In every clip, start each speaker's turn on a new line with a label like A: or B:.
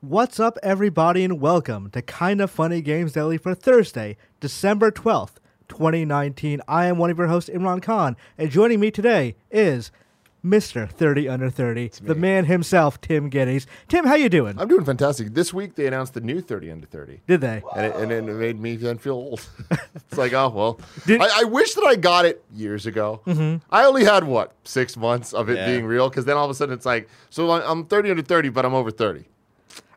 A: What's up, everybody, and welcome to Kinda Funny Games Daily for Thursday, December 12th, 2019. I am one of your hosts, Imran Khan, and joining me today is Mr. 30 Under 30, the
B: me.
A: man himself, Tim Geddes. Tim, how you doing?
B: I'm doing fantastic. This week they announced the new 30 under 30.
A: Did they?
B: And it, and it made me then feel old. it's like, oh, well.
A: Did- Mm-hmm.
B: I, I wish that I got it years ago. I only had, what, six months of it
C: Yeah.
B: being real? Because then all of a sudden it's like, so I- I'm 30 under 30, but I'm over 30.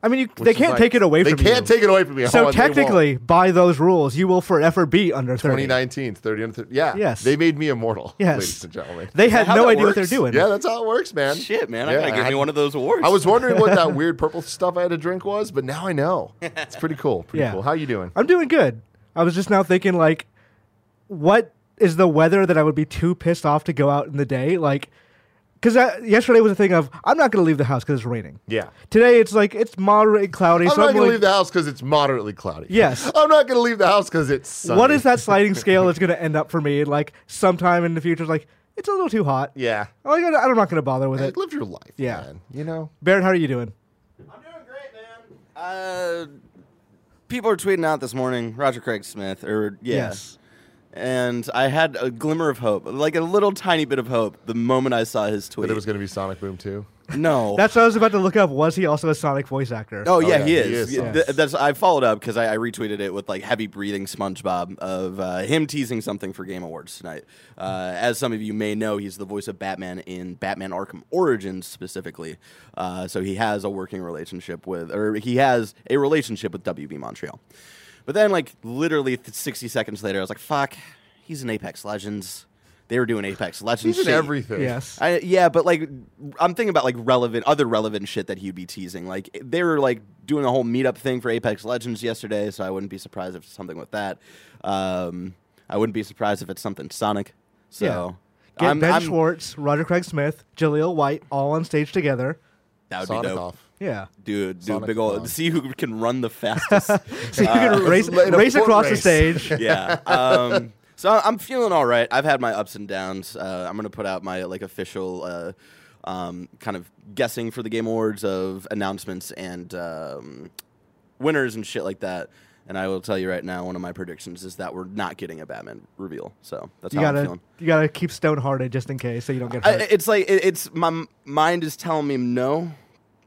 A: I mean, you,
B: which
A: they
B: is
A: can't
B: like-
A: take it away
B: they
A: from you.
B: can't take it away from me. Oh, and they
A: So
B: won't.
A: technically, by those rules, you will forever be under 30.
B: 2019, 30 under 30. Yeah.
A: Yes.
B: They made me immortal,
A: Yes.
B: ladies and gentlemen.
A: They
C: that
A: had
C: how
A: no
C: that
A: idea what
C: works?
A: they're doing.
B: yeah, that's how it works, man.
C: Shit, man, I
B: Yeah,
C: gotta give
B: I-
C: me one of those awards.
B: I was wondering what that weird purple stuff I had to drink was, but now I know. It's pretty cool. Pretty
A: Yeah.
B: cool. How you doing?
A: I'm doing good. I was just now thinking, like, what is the weather that I would be too pissed off to go out in the day? Like, because yesterday was a thing of I'm not going to leave the house because it's raining.
B: Yeah.
A: Today it's like it's moderate and cloudy.
B: I'm
A: so
B: not
A: I'm
B: going
A: like,
B: to leave the house because it's moderately cloudy.
A: Yes.
B: I'm not going to leave the house because it's sunny.
A: what is that sliding scale that's going to end up for me? Like sometime in the future, it's like it's a little too hot.
B: Yeah.
A: Like, I- I'm not going to bother with
B: Hey,
A: it.
B: live your life.
A: Uh, Yeah.
B: man, You know?
A: Barrett, how are you doing?
C: I'm doing great, man. Uh, people are tweeting out this morning. Roger Craig Smith, or yeah.
A: Yes.
C: And I had a glimmer of hope, like a little tiny bit of hope, the moment I saw his tweet.
B: That it was going to be Sonic Boom 2.
C: no.
A: That's what I was about to look up. Was he also a Sonic voice actor?
C: Oh, yeah,
B: yeah,
C: he
B: he
C: is.
B: is
C: Yeah,
B: Sonic.
C: th- that's I followed up because I, I retweeted it with like heavy breathing SpongeBob of uh, him teasing something for Game Awards tonight. Uh, as some of you may know, he's the voice of Batman in Batman Arkham Origins specifically. Uh, so he has a working relationship with, or he has a relationship with WB Montreal. But then, like literally th- 60 seconds later, I was like, "Fuck, he's in Apex Legends." They were doing Apex Legends.
B: He's in
C: shit.
B: everything.
A: Yes.
C: I, yeah, but like I'm thinking about like relevant other relevant shit that he'd be teasing. Like they were like doing a whole meetup thing for Apex Legends yesterday, so I wouldn't be surprised if it's something with that. Um, I wouldn't be surprised if it's something Sonic. So
A: Get
C: I'm,
A: Ben
C: I'm-
A: Schwartz, Roger Craig Smith, Jaleel White all on stage together.
C: that would be
B: Sonic
C: dope.
B: off.
A: Yeah.
C: Dude, dude,
B: Sonic
C: big old
B: off.
C: see who can run the fastest.
A: So you can race,
B: it's like Uh, a
A: race
B: foot
A: across
B: race.
A: the stage.
C: yeah. Um, so I'm feeling all right. I've had my ups and downs. Uh, I'm gonna put out my like official uh, um, kind of guessing for the Game Awards of announcements and um, winners and shit like that. And I will tell you right now, one of my predictions is that we're not getting a Batman reveal. So that's
A: You
C: how
A: gotta
C: I'm feeling.
A: you gotta keep stone hearted just in case so you don't get
C: I,
A: hurt.
C: it's like it, it's my m- mind is telling me no,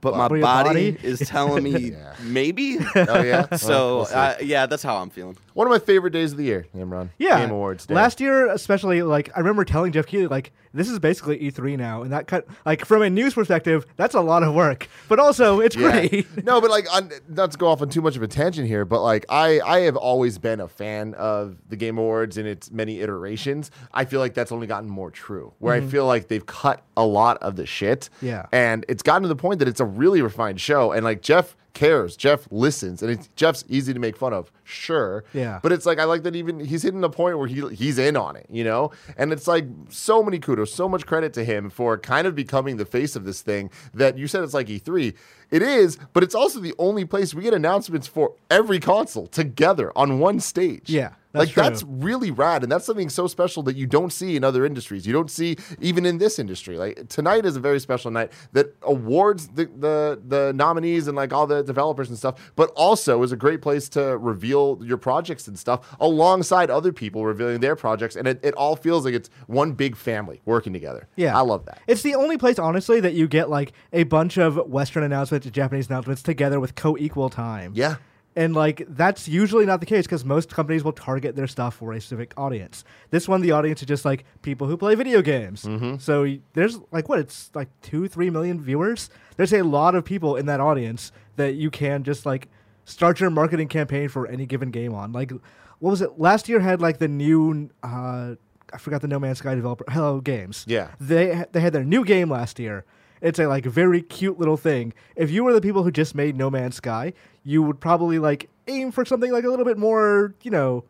C: but my
A: Well,
C: body,
A: your body?
C: is telling me
B: Yeah.
C: maybe.
B: Oh, yeah? Well,
C: so
B: we'll see.
C: I, yeah, that's how I'm feeling.
B: One of my favorite days of the year, Imran.
A: yeah,
B: Game Awards day.
A: last year especially, like I remember telling Jeff Keighley, like this is basically E3 now, and that cut like from a news perspective, that's a lot of work, but also it's great.
B: no, but like, on, not to go off on too much of a tangent here, but like, I I have always been a fan of the Game Awards in its many iterations. I feel like that's only gotten more true, where I feel like they've cut a lot of the shit.
A: Mm-hmm. Yeah.
B: and it's gotten to the point that it's a really refined show, and like Jeff cares, Jeff listens, and it's, Jeff's easy to make fun of, sure.
A: Yeah.
B: but it's like I like that even he's hitting a point where he he's in on it, you know. And it's like so many kudos, so much credit to him for kind of becoming the face of this thing. That you said it's like E3, it is, but it's also the only place we get announcements for every console together on one stage.
A: Yeah, that's
B: like
A: true.
B: that's really rad, and that's something so special that you don't see in other industries. You don't see even in this industry. Like tonight is a very special night that awards the the, the nominees and like all the developers and stuff, but also is a great place to reveal your projects and stuff alongside other people revealing their projects, and it, it all feels like it's one big family working together.
A: Yeah.
B: I love that.
A: It's the only place, honestly, that you get like a bunch of Western announcements and Japanese announcements together with co-equal time.
B: Yeah.
A: And like that's usually not the case because most companies will target their stuff for a specific audience. This one, the audience is just like people who play video games. So y- there's like what it's like two, three million viewers. There's a lot of people in that audience that you can just like start your marketing campaign for any given game on. Like what was it last year? Had like the new uh, I forgot the No Man's Sky developer Hello Games
B: Yeah.
A: they they had their new game last year. It's a like very cute little thing. If you were the people who just made No Man's Sky, you would probably like aim for something like a little bit more, you know,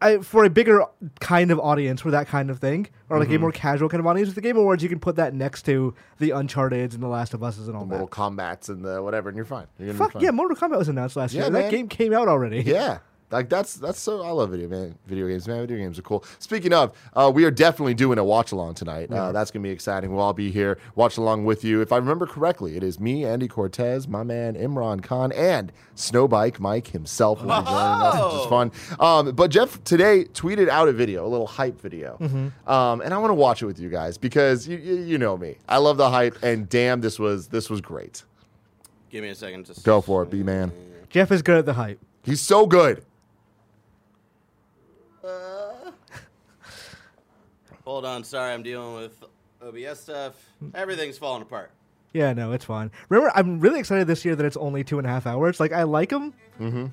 A: I, for a bigger kind of audience for that kind of thing, or
B: Mm-hmm.
A: like a more casual kind of audience. With the Game Awards, you can put that next to the Uncharted and the Last of Us and all
B: Mortal
A: that.
B: Kombat's and the whatever, and you're fine. You're gonna be
A: Fuck
B: fine.
A: yeah, Mortal Kombat was announced last
B: Yeah,
A: year. That
B: man.
A: game came out already.
B: Yeah. Like that's that's so I love video man video games man video games are cool. Speaking of, uh, we are definitely doing a watch along tonight. Uh, that's gonna be exciting. We'll all be here watch along with you. If I remember correctly, it is me, Andy Cortez, my man Imran Khan, and Snowbike Mike himself will be joining us, which is fun. Um, but Jeff today tweeted out a video, a little hype video, um, and I want to watch it with you guys because you, you you know me, I love the hype, and damn, this was this was great.
C: Give me a second. Just
B: Go for it, B man.
A: Jeff is good at the hype.
B: He's so good.
C: Hold on. Sorry, I'm dealing with OBS stuff.
A: Hmm.
C: Everything's falling apart.
A: Yeah, no, it's fine. Remember, I'm really excited this year that it's only two and a half hours. Like, I like them,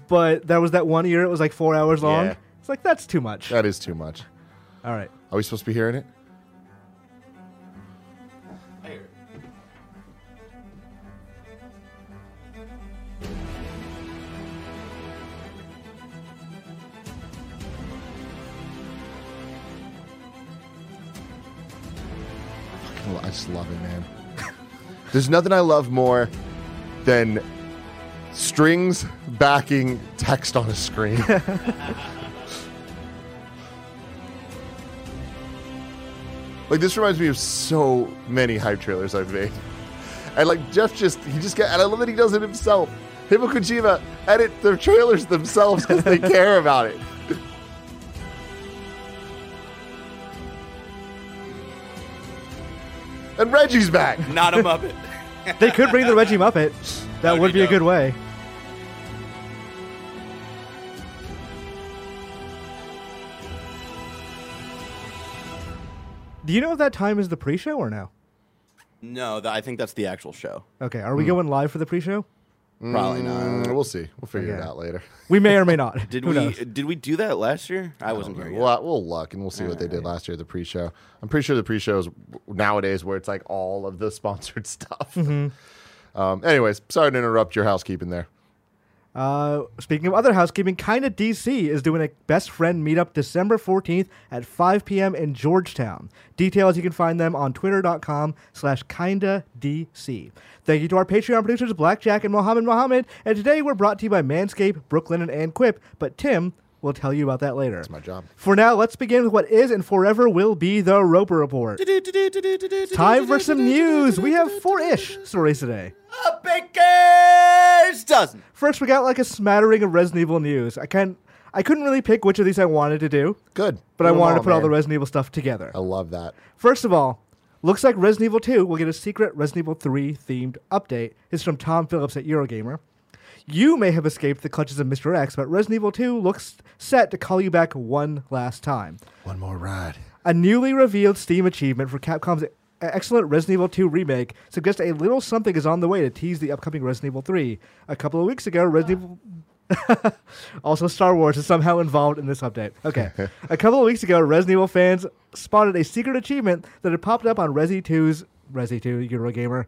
A: but there was that one year it was like four hours long.
B: Yeah.
A: It's like, that's too much.
B: That is too much.
A: All right.
B: Are we supposed to be hearing it?
C: Here.
B: I just love it, man. There's nothing I love more than strings backing text on a screen. like this reminds me of so many hype trailers I've made. And like Jeff just he just got and I love that he does it himself. Him and Kojima edit their trailers themselves because they care about it. And Reggie's back.
C: Not a muppet.
A: They could bring the Reggie Muppet. That
C: That'd
A: would
C: be
A: be a good
C: dope.
A: way. Do you know if that time is the pre show or no?
C: no, th- I think that's the actual show.
A: Okay, are we going live for the pre show?
C: Probably not.
B: Mm, we'll see. We'll figure it
A: Okay.
B: out later.
A: We may or may not.
C: Did
A: Who
C: we
A: knows?
C: did we do that last year? I wasn't here. Yet.
B: We'll, we'll look and we'll see what they did last year at the pre-show. I'm pretty sure the pre-show is nowadays where it's like all of the sponsored stuff.
A: Mm-hmm.
B: Um, anyways, sorry to interrupt your housekeeping there.
A: Uh, speaking of other housekeeping, Kinda DC is doing a best friend meetup December 14th at 5 p.m. in Georgetown. Details, you can find them on twitter.com slash kinda DC. Thank you to our Patreon producers, Blackjack and Mohammed Mohammed. And today we're brought to you by Manscaped, Brooklyn, and Ann Quip. But Tim will tell you about that later. That's
B: my job.
A: For now, let's begin with what is and forever will be the Roper Report. Time for some news. We have four-ish stories today.
C: A baker's dozen.
A: First, we got like a smattering of Resident Evil news. I can I couldn't really pick which of these I wanted to do,
B: Good,
A: but
B: Do
A: I
B: them
A: wanted to put all the
B: man. Oh.
A: Resident Evil stuff together.
B: I love that.
A: First of all, looks like Resident Evil 2 will get a secret Resident Evil 3 themed update. It's from Tom Phillips at Eurogamer. You may have escaped the clutches of Mr. X, but Resident Evil 2 looks set to call you back one last time.
B: One more ride.
A: A newly revealed Steam achievement for Capcom's e- excellent Resident Evil 2 remake suggests a little something is on the way to tease the upcoming Resident Evil 3. A couple of weeks ago, Resident Evil. also, Star Wars is somehow involved in this update. Okay. a couple of weeks ago, Resident Evil fans spotted a secret achievement that had popped up on Resi 2's. Resi 2, Eurogamer.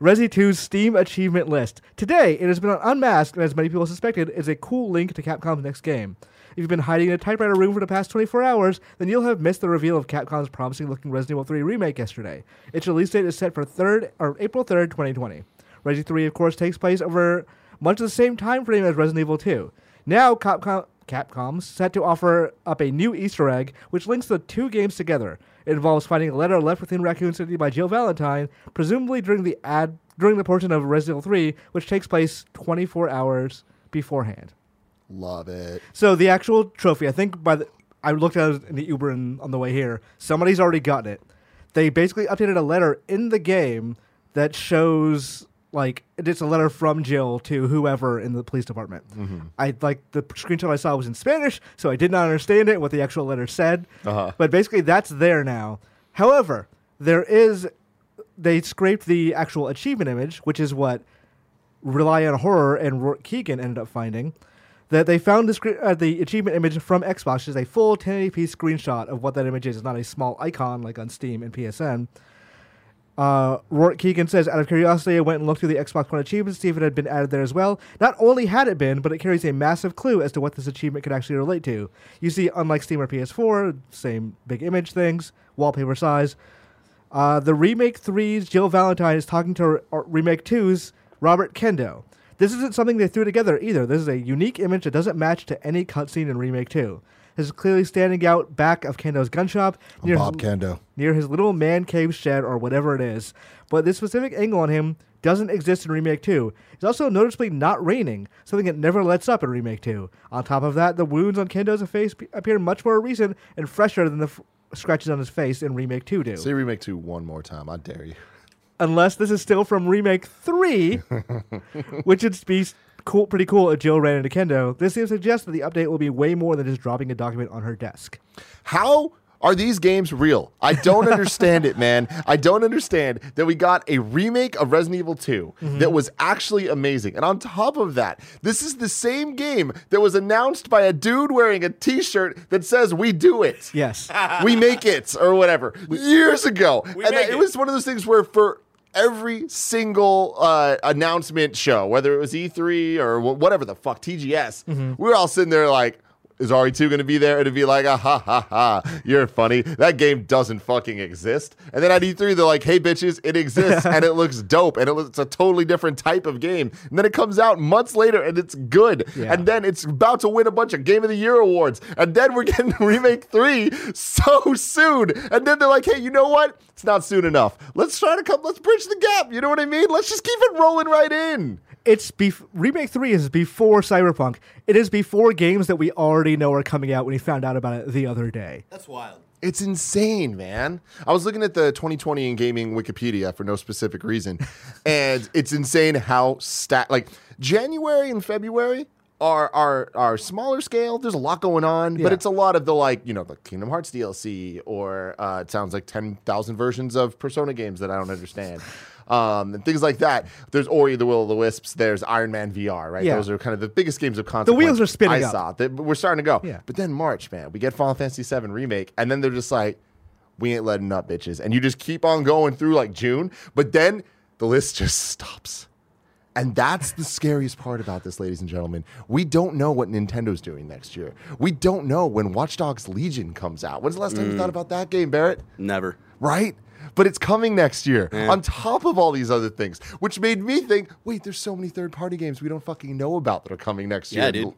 A: Resi 2's Steam achievement list. Today, it has been unmasked, and as many people suspected, is a cool link to Capcom's next game. If you've been hiding in a typewriter room for the past 24 hours, then you'll have missed the reveal of Capcom's promising-looking Resident Evil 3 remake yesterday. Its release date is set for 3rd or April 3rd, 2020. Resi 3, of course, takes place over much of the same time frame as Resident Evil 2. Now, Capcom, Capcom's set to offer up a new Easter egg which links the two games together. It involves finding a letter left within Raccoon City by Jill Valentine, presumably during the ad during the portion of Resident Evil 3, which takes place 24 hours beforehand.
B: Love it.
A: So the actual trophy, I think by the I looked at it in the Uber and on the way here. Somebody's already gotten it. They basically updated a letter in the game that shows like it's a letter from Jill to whoever in the police department. I like the screenshot I saw was in Spanish, so I did not understand it what the actual letter said.
B: Uh-huh.
A: But basically, that's there now. However, there is they scraped the actual achievement image, which is what Rely on Horror and Rourke Keegan ended up finding that they found the, scre- uh, the achievement image from Xbox, which is a full 1080p screenshot of what that image is. It's not a small icon like on Steam and PSN. Uh, Rourke Keegan says, out of curiosity, I went and looked through the Xbox One achievements to see if it had been added there as well. Not only had it been, but it carries a massive clue as to what this achievement could actually relate to. You see, unlike Steam or PS4, same big image things, wallpaper size. Uh, the Remake 3's Jill Valentine is talking to R- Remake 2's Robert Kendo. This isn't something they threw together either. This is a unique image that doesn't match to any cutscene in Remake 2. This is clearly standing out back of Kendo's gun shop near,
B: Bob
A: his,
B: Kendo.
A: near his little man cave shed or whatever it is. But this specific angle on him doesn't exist in Remake 2. It's also noticeably not raining, something that never lets up in Remake 2. On top of that, the wounds on Kendo's face pe- appear much more recent and fresher than the f- scratches on his face in Remake 2 do
B: Say remake two one more time. I dare you.
A: unless this is still from remake three, which would be s- cool, pretty cool if Jill ran into Kendo. This seems to suggest that the update will be way more than just dropping a document on her desk.
B: How are these games real? I don't understand it, man. I don't understand that we got a remake of Resident Evil 2 that was actually amazing. And on top of that, this is the same game that was announced by a dude wearing a t shirt that says, We do it.
A: Yes,
B: we make it or whatever years ago and
C: make
B: it
C: it.
B: was one of those things where for every single uh, announcement show whether it was e3 or wh- whatever the fuck tgs we were all sitting there like is RE2 going to be there? It'd be like, ah, ha, ha, ha, you're funny. That game doesn't fucking exist. And then at E3, they're like, hey, bitches, it exists and it looks dope and it looks, it's a totally different type of game. And then it comes out months later and it's good.
A: Yeah.
B: And then it's about to win a bunch of Game of the Year awards. And then we're getting Remake 3 so soon. And then they're like, hey, you know what? It's not soon enough. Let's try to come, let's bridge the gap. You know what I mean? Let's just keep it rolling right in.
A: it's bef- remake three is before Cyberpunk. It is before games that we already know are coming out. When we found out about it the other day,
C: That's wild.
B: It's insane, man. I was looking at the 2020 in gaming Wikipedia for no specific reason, and it's insane how stat like January and February are are are smaller scale. There's a lot going on, but
A: Yeah.
B: it's a lot of the like you know the Kingdom Hearts DLC or uh, it sounds like 10,000 versions of Persona games that I don't understand. Um, and things like that. There's Ori the Will of the Wisps. There's Iron Man VR. Right,
A: Yeah.
B: those are kind of the biggest games of consequence.
A: wheels are spinning
B: I
A: up.
B: saw that we're starting to go.
A: Yeah.
B: But then March, man, we get Final Fantasy VII remake, and then they're just like, we ain't letting up, bitches. And you just keep on going through like June, but then the list just stops. And that's the scariest part about this, ladies and gentlemen. We don't know what Nintendo's doing next year. We don't know when Watch Dogs Legion comes out. When's the last time you thought about that game, Barrett?
C: Never.
B: right? But it's coming next year on top of all these other things, which made me think wait, there's so many third party games we don't fucking know about that are coming next
C: Yeah,
B: year.
C: dude.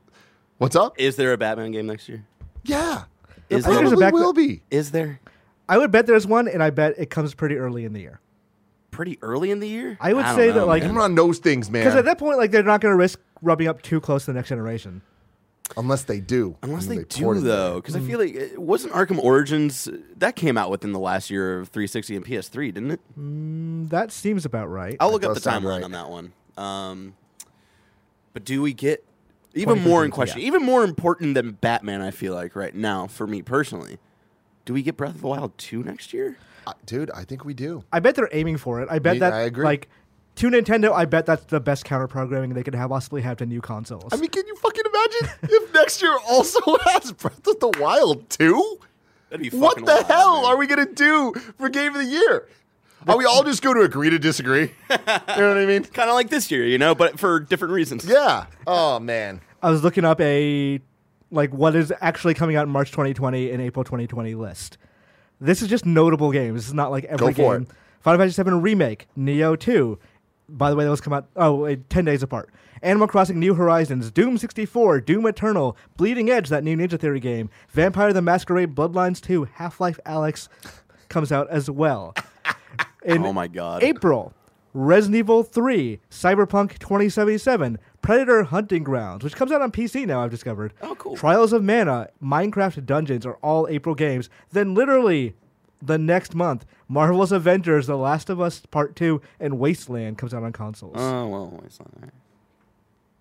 B: What's up?
C: Is there a Batman game next year?
B: yeah. There
C: Is there- I think
A: there's a
B: probably
A: back-
B: will be.
C: Is there?
A: I would bet there's one, and I bet it comes pretty early in the year.
C: Pretty early in the year.
A: I would
C: don't
A: say that, like-
C: man.
B: Amazon knows things,
A: Because at
B: man.
A: that point, like they're not going to risk rubbing up too close to the next generation.
B: Unless they do.
A: Mm,
C: Unless
B: And
C: they,
B: then
C: do
B: port it.
C: though, because I feel like it wasn't Arkham Origins uh, that came out within the last year of 360 and PS3, didn't it?
A: Mm, That seems about right.
C: I'll look
B: That
C: up the
B: does sound
C: timeline
B: right.
C: on that one. Um, but do we get even more in question, even more important than Batman? I feel like right now, for me personally, do we get Breath of the Wild two next year?
B: Uh, dude, I think we do.
A: I bet they're aiming for it. I bet
B: Me-
A: that
B: I agree.
A: like to Nintendo, I bet that's the best counter programming they could have possibly have to new consoles.
B: I mean, can you fucking imagine if next year also has Breath of the Wild 2?
C: That'd be
B: What
C: fucking
B: the
C: wild,
B: hell
C: man.
B: are we gonna do for game of the year? Are we all just going to agree to disagree? you know what I mean?
C: Kind of like this year, you know, but for different reasons.
B: Yeah. Oh man.
A: I was looking up a like what is actually coming out in March 2020 and April 2020 list. This is just notable games. This is not like every
B: for
A: game.
B: it.
A: Final Fantasy VII Remake, Neo 2. By the way, those come out oh wait, 10 days apart. Animal Crossing New Horizons, Doom 64, Doom Eternal, Bleeding Edge, that new Ninja Theory game, Vampire the Masquerade Bloodlines 2, Half-Life Alex comes out as well. In
C: Oh my god.
A: April, Resident Evil 3, Cyberpunk 2077, Predator Hunting Grounds, which comes out on PC now, I've discovered.
C: Oh, cool.
A: Trials of Mana, Minecraft Dungeons are all April games. Then, literally, the next month, Marvel's Avengers, The Last of Us Part 2, and Wasteland comes out on consoles.
C: Oh well, it's not all right.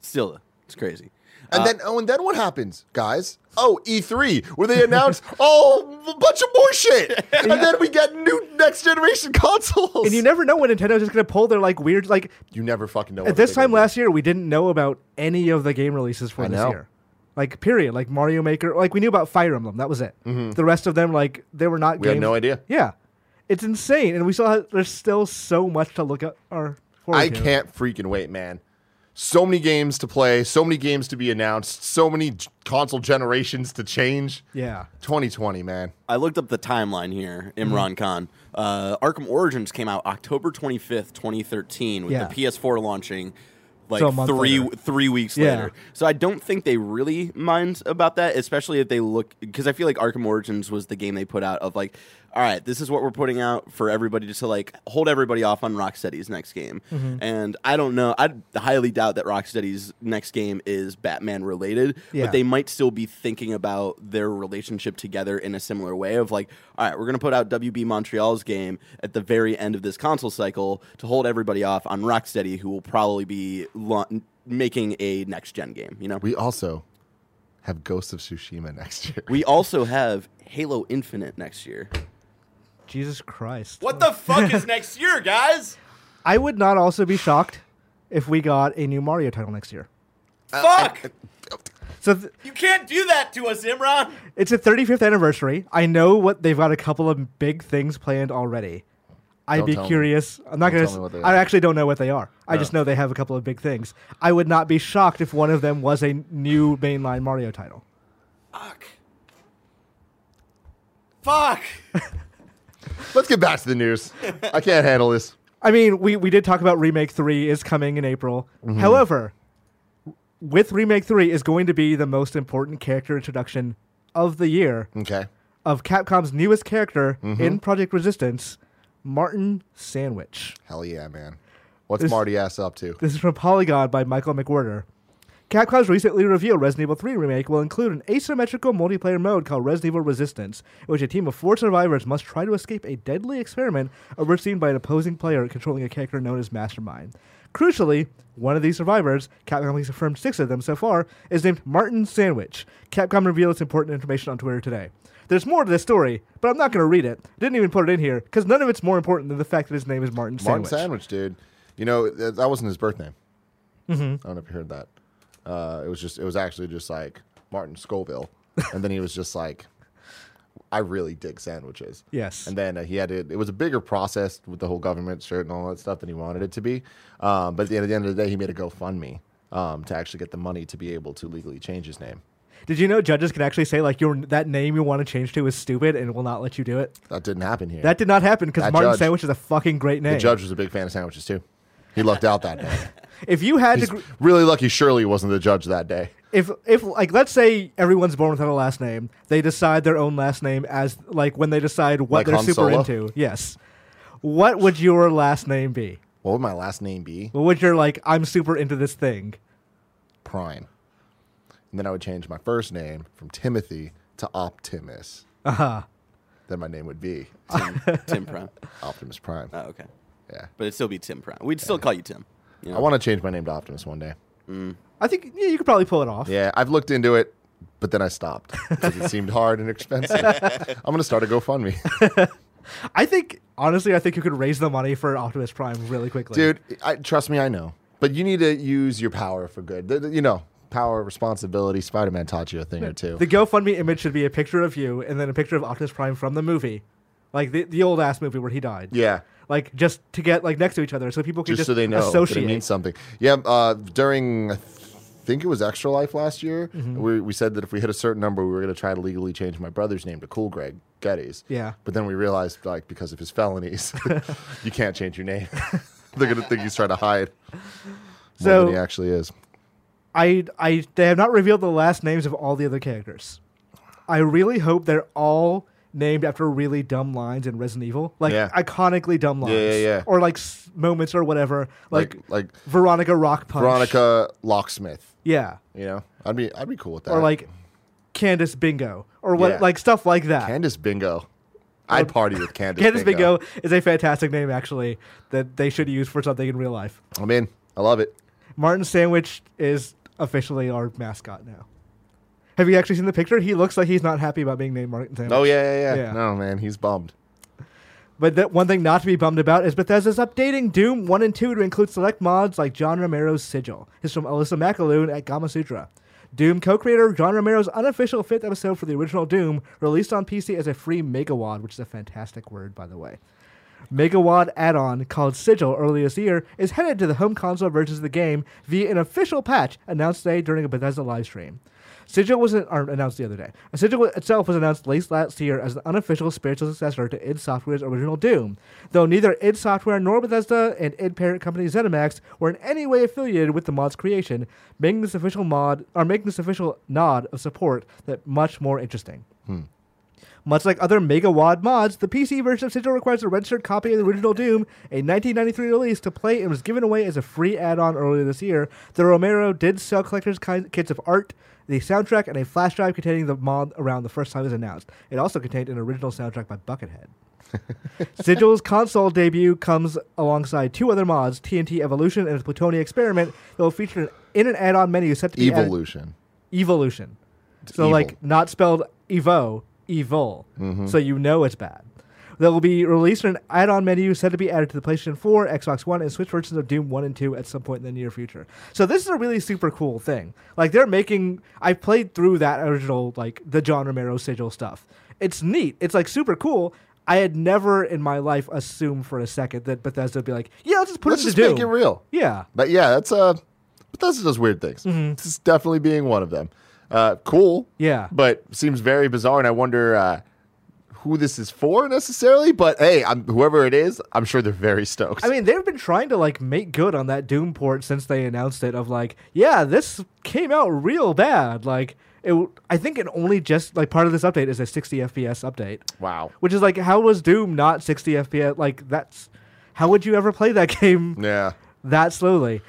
C: Still, though, it's crazy.
A: Uh,
B: And then oh, and then what happens, guys? Oh, E3, where they announce oh a bunch of more shit, and then we get new next generation consoles.
A: and you never know when Nintendo's just going to pull their like weird like
B: You never fucking know.
A: at this time last year we didn't know about any of the game releases for
B: I
A: this
B: know.
A: year like period like mario maker like we knew about fire emblem that was it the rest of them like they were not
B: Mm-hmm. We had
A: games
B: no idea.
A: yeah it's insane and we still have there's still so much to look at or forward
B: I
A: to.
B: can't freaking wait, man. So many games to play, so many games to be announced, so many j- console generations to change.
A: yeah
B: 2020, man.
C: I looked up the timeline here,
A: Mm-hmm.
C: Imran Khan. Uh, Arkham Origins came out October 25th, 2013, with
A: Yeah.
C: the PS4 launching like
A: So a month
C: three
A: later.
C: three weeks
A: Yeah.
C: later. So I don't think they really mind about that, especially if they look because I feel like Arkham Origins was the game they put out of like, all right, this is what we're putting out for everybody just to like hold everybody off on Rocksteady's next game.
A: Mm-hmm.
C: And I don't know, I highly doubt that Rocksteady's next game is Batman related,
A: Yeah.
C: but they might still be thinking about their relationship together in a similar way of like, all right, we're going to put out WB Montreal's game at the very end of this console cycle to hold everybody off on Rocksteady, who will probably be la- making a next gen game. You know, we,
B: We also have Ghost of Tsushima next year.
C: also have Halo Infinite next year.
A: Jesus Christ.
C: What the fuck is next year, guys?
A: I would not also be shocked if we got a new Mario title next year.
B: Uh,
C: fuck!
A: So th-
C: you can't do that to us, Imran.
A: it's a 35th anniversary. I know what they've got a couple of big things planned already. I'd
B: Don't
A: be
B: tell me.
A: curious. I'm not
B: Don't
A: going
B: tell me what
A: to.
B: they
A: I
B: are. Oh.
A: actually don't know what they are. I just know they have a couple of big things. I would not be shocked if one of them was a new mainline Mario title.
C: Fuck. Fuck.
B: Let's get back to the news. I can't handle this.
A: I mean, we, we did talk about Remake 3 is coming in April.
B: Mm-hmm.
A: However, with Remake 3 is going to be the most important character introduction of the year
B: Okay.
A: of Capcom's newest character
B: Mm-hmm.
A: in Project Resistance, Martin Sandwich.
B: Hell yeah, man. What's
A: This-
B: Marty ass up to?
A: This is from Polygon by Michael McWhorter. Capcom's recently revealed Resident Evil 3 Remake will include an asymmetrical multiplayer mode called Resident Evil Resistance, in which a team of four survivors must try to escape a deadly experiment overseen by an opposing player controlling a character known as Mastermind. Crucially, one of these survivors, Capcom has confirmed six of them so far, is named Martin Sandwich. Capcom revealed this important information on Twitter today. There's more to this story, but I'm not going to read it. Didn't even put it in here, because none of it's more important than the fact that his name is Martin
B: Martin
A: Sandwich. Mm-hmm.
B: Sandwich, dude. You know th- that wasn't his birth name. I don't know if you heard that. Uh, it was just it was actually just like Martin Scoville, and then he was just like, I really dig sandwiches.
A: Yes.
B: And then uh, he had to, it was a bigger process with the whole government shirt and all that stuff than he wanted it to be. Um, but at the, end, at the end of the day, he made a GoFundMe um, to actually get the money to be able to legally change his name.
A: Did you know judges can actually say like your that name you want to change to is stupid and will not let you do it?
B: That didn't happen here.
A: That did not happen because
B: That
A: Martin
B: judge-
A: Sandwich is a fucking great name.
B: the judge was a big fan of sandwiches too. He lucked out that day.
A: if you had to,
B: He's
A: gr-
B: really lucky Shirley wasn't the judge that day.
A: if if like let's say everyone's born without a last name, they decide their own last name as like when they decide what
B: Like
A: they're
B: Han
A: super
B: Solo?
A: into. Yes, what would your last name be?
B: What would my last name be?
A: What would your like I'm super into this thing?
B: Prime. And then I would change my first name from Timothy to Optimus. Uh-huh. Then my name would be
C: Tim, Tim Prime.
B: Optimus Prime.
C: Oh, okay.
B: Yeah.
C: But it'd still be Tim Prime. We'd still call you Tim. You know?
B: I want to change my name to Optimus one day.
A: I think yeah, you could probably pull it off.
B: Yeah, I've looked into it, but then I stopped because it seemed hard and expensive. I'm going to start a GoFundMe.
A: I think honestly, I think you could raise the money for Optimus Prime really quickly,
B: Dude, I, trust me, I know. But you need to use your power for good. Th- th- You know, power, responsibility. Spider Man taught you a thing or two.
A: The GoFundMe image should be a picture of you and then a picture of Optimus Prime from the movie, like the, the old ass movie where he died.
B: yeah.
A: Like just to get like next to each other, so people can
B: just,
A: just,
B: so they know that
A: associate.
B: it means something. Yeah, uh, during I think it was Extra Life last year,
A: Mm-hmm.
B: we, we said that if we hit a certain number, we were going to try to legally change my brother's name to Cool Greg Geddes.
A: Yeah.
B: but then we realized like because of his felonies, you can't change your name. They're going to think he's trying to hide more
A: So-
B: than he actually is.
A: I I they have not revealed the last names of all the other characters. I really hope they're all named after really dumb lines in Resident Evil, like
B: Yeah.
A: iconically dumb lines,
B: yeah, yeah.
A: or like s- moments or whatever, like,
B: Like like
A: Veronica Rock Punch,
B: Veronica Locksmith.
A: yeah,
B: You know, I'd be I'd be cool with that.
A: or like Candace Bingo, or what,
B: Yeah.
A: like stuff like that.
B: Candace Bingo. I'd party with Candace.
A: Candace Bingo is a fantastic name, actually, that they should use for something in real life.
B: I'm in. I love it.
A: Martin Sandwich is officially our mascot now. Have you actually seen the picture? He looks like he's not happy about being named Martin Sandwich.
B: Oh yeah, yeah, yeah.
A: Yeah.
B: No man, he's bummed.
A: But that one thing not to be bummed about is Bethesda's updating Doom 1 and 2 to include select mods like John Romero's Sigil. It's from Alyssa McAloon at Gamasutra. Doom co-creator John Romero's unofficial fifth episode for the original Doom, released on PC as a free megawatt, which is a fantastic word, by the way. Megawatt add-on called Sigil earlier this year is headed to the home console versions of the game via an official patch announced today during a Bethesda livestream. Sigil was an- or announced the other day. And Sigil itself was announced late last year as an unofficial spiritual successor to id Software's original Doom, though neither id Software nor Bethesda and id parent company ZeniMax were in any way affiliated with the mod's creation, making this official mod or making this official nod of support that much more interesting. Much like other Mega Wad mods, the PC version of Sigil requires a registered copy of the original Doom, a 1993 release, to play and was given away as a free add-on earlier this year. The Romero did sell collectors' ki- kits of art, the soundtrack, and a flash drive containing the mod around the first time it was announced. It also contained an original soundtrack by Buckethead. Sigil's console debut comes alongside two other mods, TNT Evolution and Plutonia Experiment, that will feature an, in an add-on menu set to be added-
B: Evolution.
A: evolution. So
B: evil. Mm-hmm.
A: like not spelled evo, evil. So you know it's bad. That will be released in an add-on menu said to be added to the PlayStation 4, Xbox One, and Switch versions of Doom 1 and 2 at some point in the near future. So this is a really super cool thing. Like they're making I played through that original like the John Romero sigil stuff. It's neat. It's like super cool. I had never in my life assumed for a second that Bethesda would be like, yeah, let's just put it
B: Let's
A: to
B: just
A: Doom.
B: make it real.
A: Yeah.
B: But yeah, that's uh Bethesda does weird things. This is definitely being one of them. Uh, cool.
A: Mm-hmm. Yeah.
B: But seems very bizarre, and I wonder uh, who this is for necessarily. But hey, I'm, whoever it is, I'm sure they're very stoked.
A: I mean, they've been trying to like make good on that Doom port since they announced it. Of like, yeah, this came out real bad. Like, it. w- I think it only just like part of this update is a 60 FPS update,
B: wow.
A: which is like, how was Doom not 60 FPS? Like, that's how would you ever play that game
B: Yeah.
A: that slowly.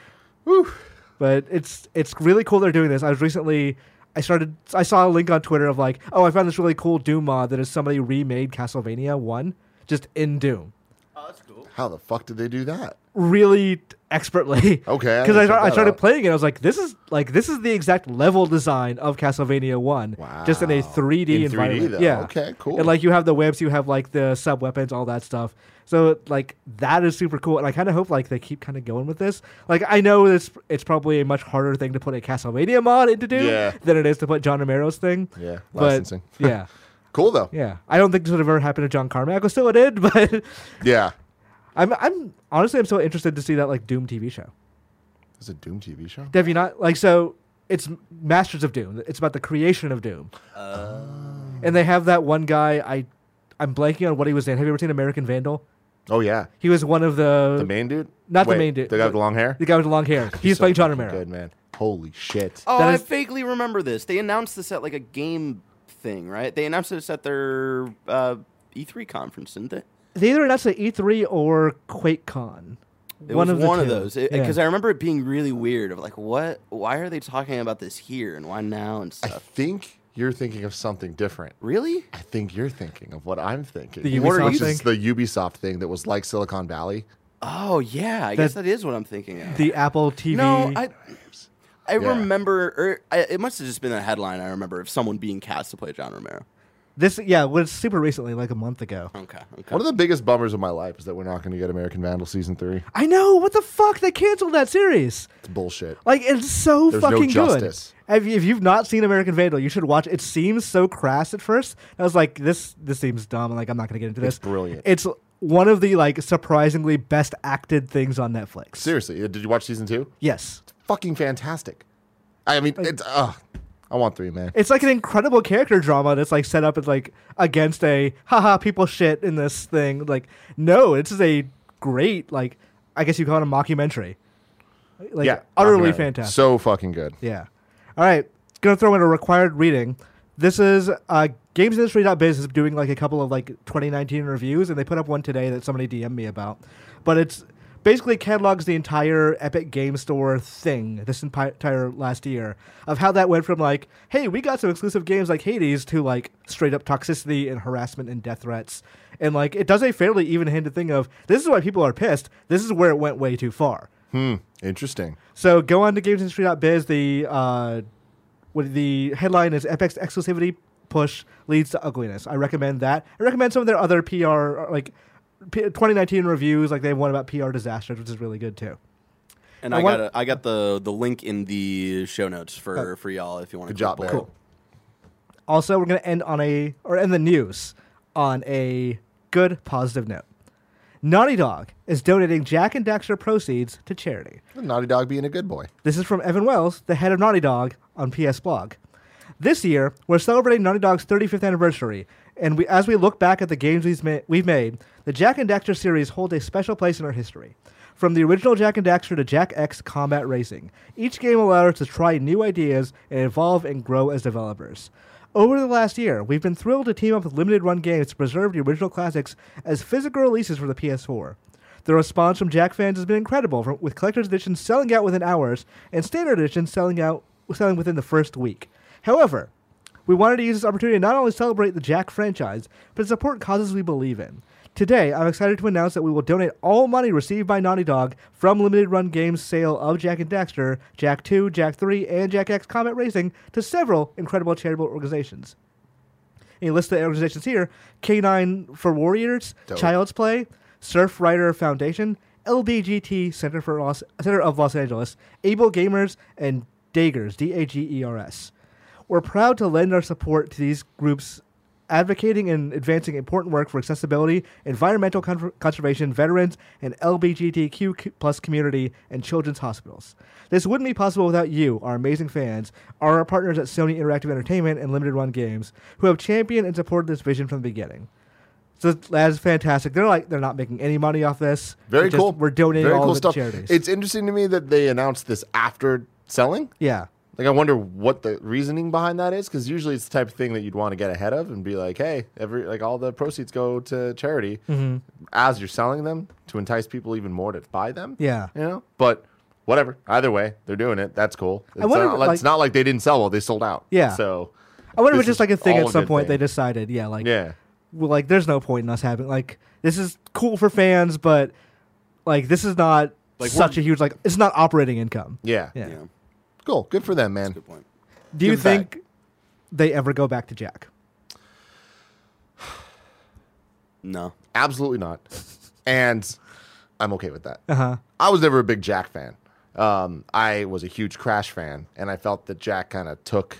A: But it's it's really cool they're doing this. I was recently I started I saw a link on Twitter of like, oh, I found this really cool Doom mod that is somebody remade Castlevania 1 just in Doom.
C: Oh, that's cool.
B: How the fuck did they do that?
A: Really expertly.
B: Okay, I
A: Because
B: gotta
A: I,
B: check
A: I
B: that
A: started
B: out.
A: playing it, I was like, "This is like this is the exact level design of Castlevania One, just in a
B: Wow.
A: 3D
B: In 3D
A: environment."
B: though.
A: Yeah.
B: Okay, cool.
A: And like you have the webs, you have like the sub weapons, all that stuff. So like that is super cool, and I kind of hope like they keep kind of going with this. Like I know it's it's probably a much harder thing to put a Castlevania mod into Doom
B: Yeah.
A: than it is to put John Romero's thing.
B: Yeah,
A: But,
B: licensing.
A: yeah,
B: Cool though. Yeah.
A: yeah. I don't think this would have ever happened to John Carmack. Still, it did, but I'm I'm honestly I'm so interested to see that like Doom TV show.
B: There's a Doom TV show.
A: Have you not like so? It's Masters of Doom. It's about the creation of Doom,
C: Oh.
A: and they have that one guy. I I'm blanking on what he was in. Have you ever seen American Vandal?
B: Oh yeah.
A: He was one of the,
B: The main dude.
A: Not the
B: Wait,
A: main dude,
B: The guy with
A: but-
B: the long hair.
A: the guy with the long hair. He's
B: so
A: playing John
B: fucking
A: Romero.
B: Good man. Holy shit.
C: Oh,
A: That
C: I
A: is-
C: vaguely remember this. They announced this at like a game thing, right? They announced this at their uh, E3 conference, didn't they?
A: They either announced at E3 or QuakeCon.
C: It was one of
A: two.
C: those
A: Yeah.
C: because I remember it being really weird. Of like, what? Why are they talking about this here and why now and
B: I
C: stuff?
B: think you're thinking of something different.
C: really?
B: I think you're thinking of what I'm thinking.
A: The
B: What are
A: Ubisoft
B: you-
A: thing?
B: the Ubisoft thing that was like Silicon Valley.
C: Oh yeah, I
A: The-
C: guess that is what I'm thinking of.
A: the Apple TV.
C: no, I. I
B: Yeah.
C: remember, or I, it must have just been a headline. I remember of someone being cast to play John Romero.
A: this yeah was super recently, like a month ago.
C: Okay, okay.
B: One of the biggest bummers of my life is that we're not going to get American Vandal season three.
A: I know what the fuck they canceled that series.
B: It's bullshit.
A: Like it's so
B: There's no
A: fucking good.
B: justice.
A: If, you- if you've not seen American Vandal, you should watch. It seems so crass at first. I was like, this this seems dumb. and Like I'm not gonna get into this.
B: It's brilliant.
A: It's one of the like surprisingly best acted things on Netflix.
B: Seriously, uh, did you watch season two?
A: Yes.
B: Fucking fantastic. I mean, it's uh, I want three, man.
A: It's like an incredible character drama that's like set up as like against a haha people shit in this thing. Like no, this is a great like I guess you call it a mockumentary. Like utterly
B: documentary.
A: fantastic.
B: So fucking good.
A: Yeah. All right. Gonna throw in a required reading. Biz is uh, gamesindustry.biz is doing like a couple of like 2019 reviews, and they put up one today that somebody DM'd me about. But it's basically catalogs the entire Epic Game Store thing this empi- entire last year of how that went from like, hey, we got some exclusive games like Hades to like straight up toxicity and harassment and death threats. And like, it does a fairly even handed thing of this is why people are pissed. This is where it went way too far.
B: Hmm. Interesting.
A: So go on to gamesindustry.biz. The uh, what the headline is Epic's exclusivity push leads to ugliness. I recommend that. I recommend some of their other PR like P- 2019 reviews, like they have one about PR disasters, which is really good too.
C: and
A: I
C: I,
A: want-
C: got a, I got the the link in the show notes for for y'all if you want to.
B: Good job, man.
A: Cool. Also, we're going to end on a or end the news on a good positive note. Naughty Dog is donating Jack and Daxter proceeds to charity.
B: The Naughty Dog being a good boy.
A: This is from Evan Wells, the head of Naughty Dog, on PS Blog. This year, we're celebrating Naughty Dog's 35th anniversary, and we, as we look back at the games we've, ma- we've made, the Jack and Daxter series holds a special place in our history. From the original Jack and Daxter to Jack X Combat Racing, each game allowed us to try new ideas and evolve and grow as developers. Over the last year, we've been thrilled to team up with limited run games to preserve the original classics as physical releases for the PS4. The response from Jack fans has been incredible, from, with collector's editions selling out within hours and standard editions selling out selling within the first week. However, we wanted to use this opportunity to not only celebrate the Jack franchise, but support causes we believe in. Today, I'm excited to announce that we will donate all money received by Naughty Dog from limited run games sale of Jack and Daxter, Jack 2, Jack 3, and Jack X Combat Racing to several incredible charitable organizations. And you list the organizations here K9 for Warriors,
B: Dope.
A: Child's Play, Surf Rider Foundation, LBGT Center for Los, Center of Los Angeles, Able Gamers, and Dagers, D A G E R S. We're proud to lend our support to these groups advocating and advancing important work for accessibility, environmental con- conservation, veterans, and LBGTQ c- plus community and children's hospitals. This wouldn't be possible without you, our amazing fans, are our partners at Sony Interactive Entertainment and Limited Run Games, who have championed and supported this vision from the beginning. So that is fantastic. They're like they're not making any money off this.
B: Very
A: We're just-
B: cool.
A: We're donating
B: Very
A: all
B: cool
A: of it
B: stuff.
A: to charities.
B: It's interesting to me that they announced this after selling.
A: yeah.
B: Like, I wonder what the reasoning behind that is, because usually it's the type of thing that you'd want to get ahead of and be like, hey, every like all the proceeds go to charity
A: Mm-hmm.
B: as you're selling them to entice people even more to buy them.
A: Yeah.
B: you know. But whatever, either way, they're doing it. That's cool. It's,
A: wonder
B: not,
A: if,
B: like, it's
A: like-
B: not like they didn't sell well; they sold out.
A: Yeah.
B: So
A: I wonder if
B: this
A: it's just
B: is
A: like a thing
B: all
A: at some
B: good
A: point
B: thing.
A: they decided, yeah, like
B: yeah,
A: well, like there's no point in us having like this is cool for fans, but like this is not
C: Like,
A: such a
C: we're-
A: huge like it's not operating income.
B: yeah,
A: Yeah.
C: Yeah,
B: Cool, good for them, man.
C: good point.
A: Do you
B: Give back.
A: think they ever go back to Jack?
C: No,
B: Absolutely not. And I'm okay with that.
A: Uh huh.
B: I was never a big Jack fan. Um, I was a huge Crash fan, and I felt that Jack kind of took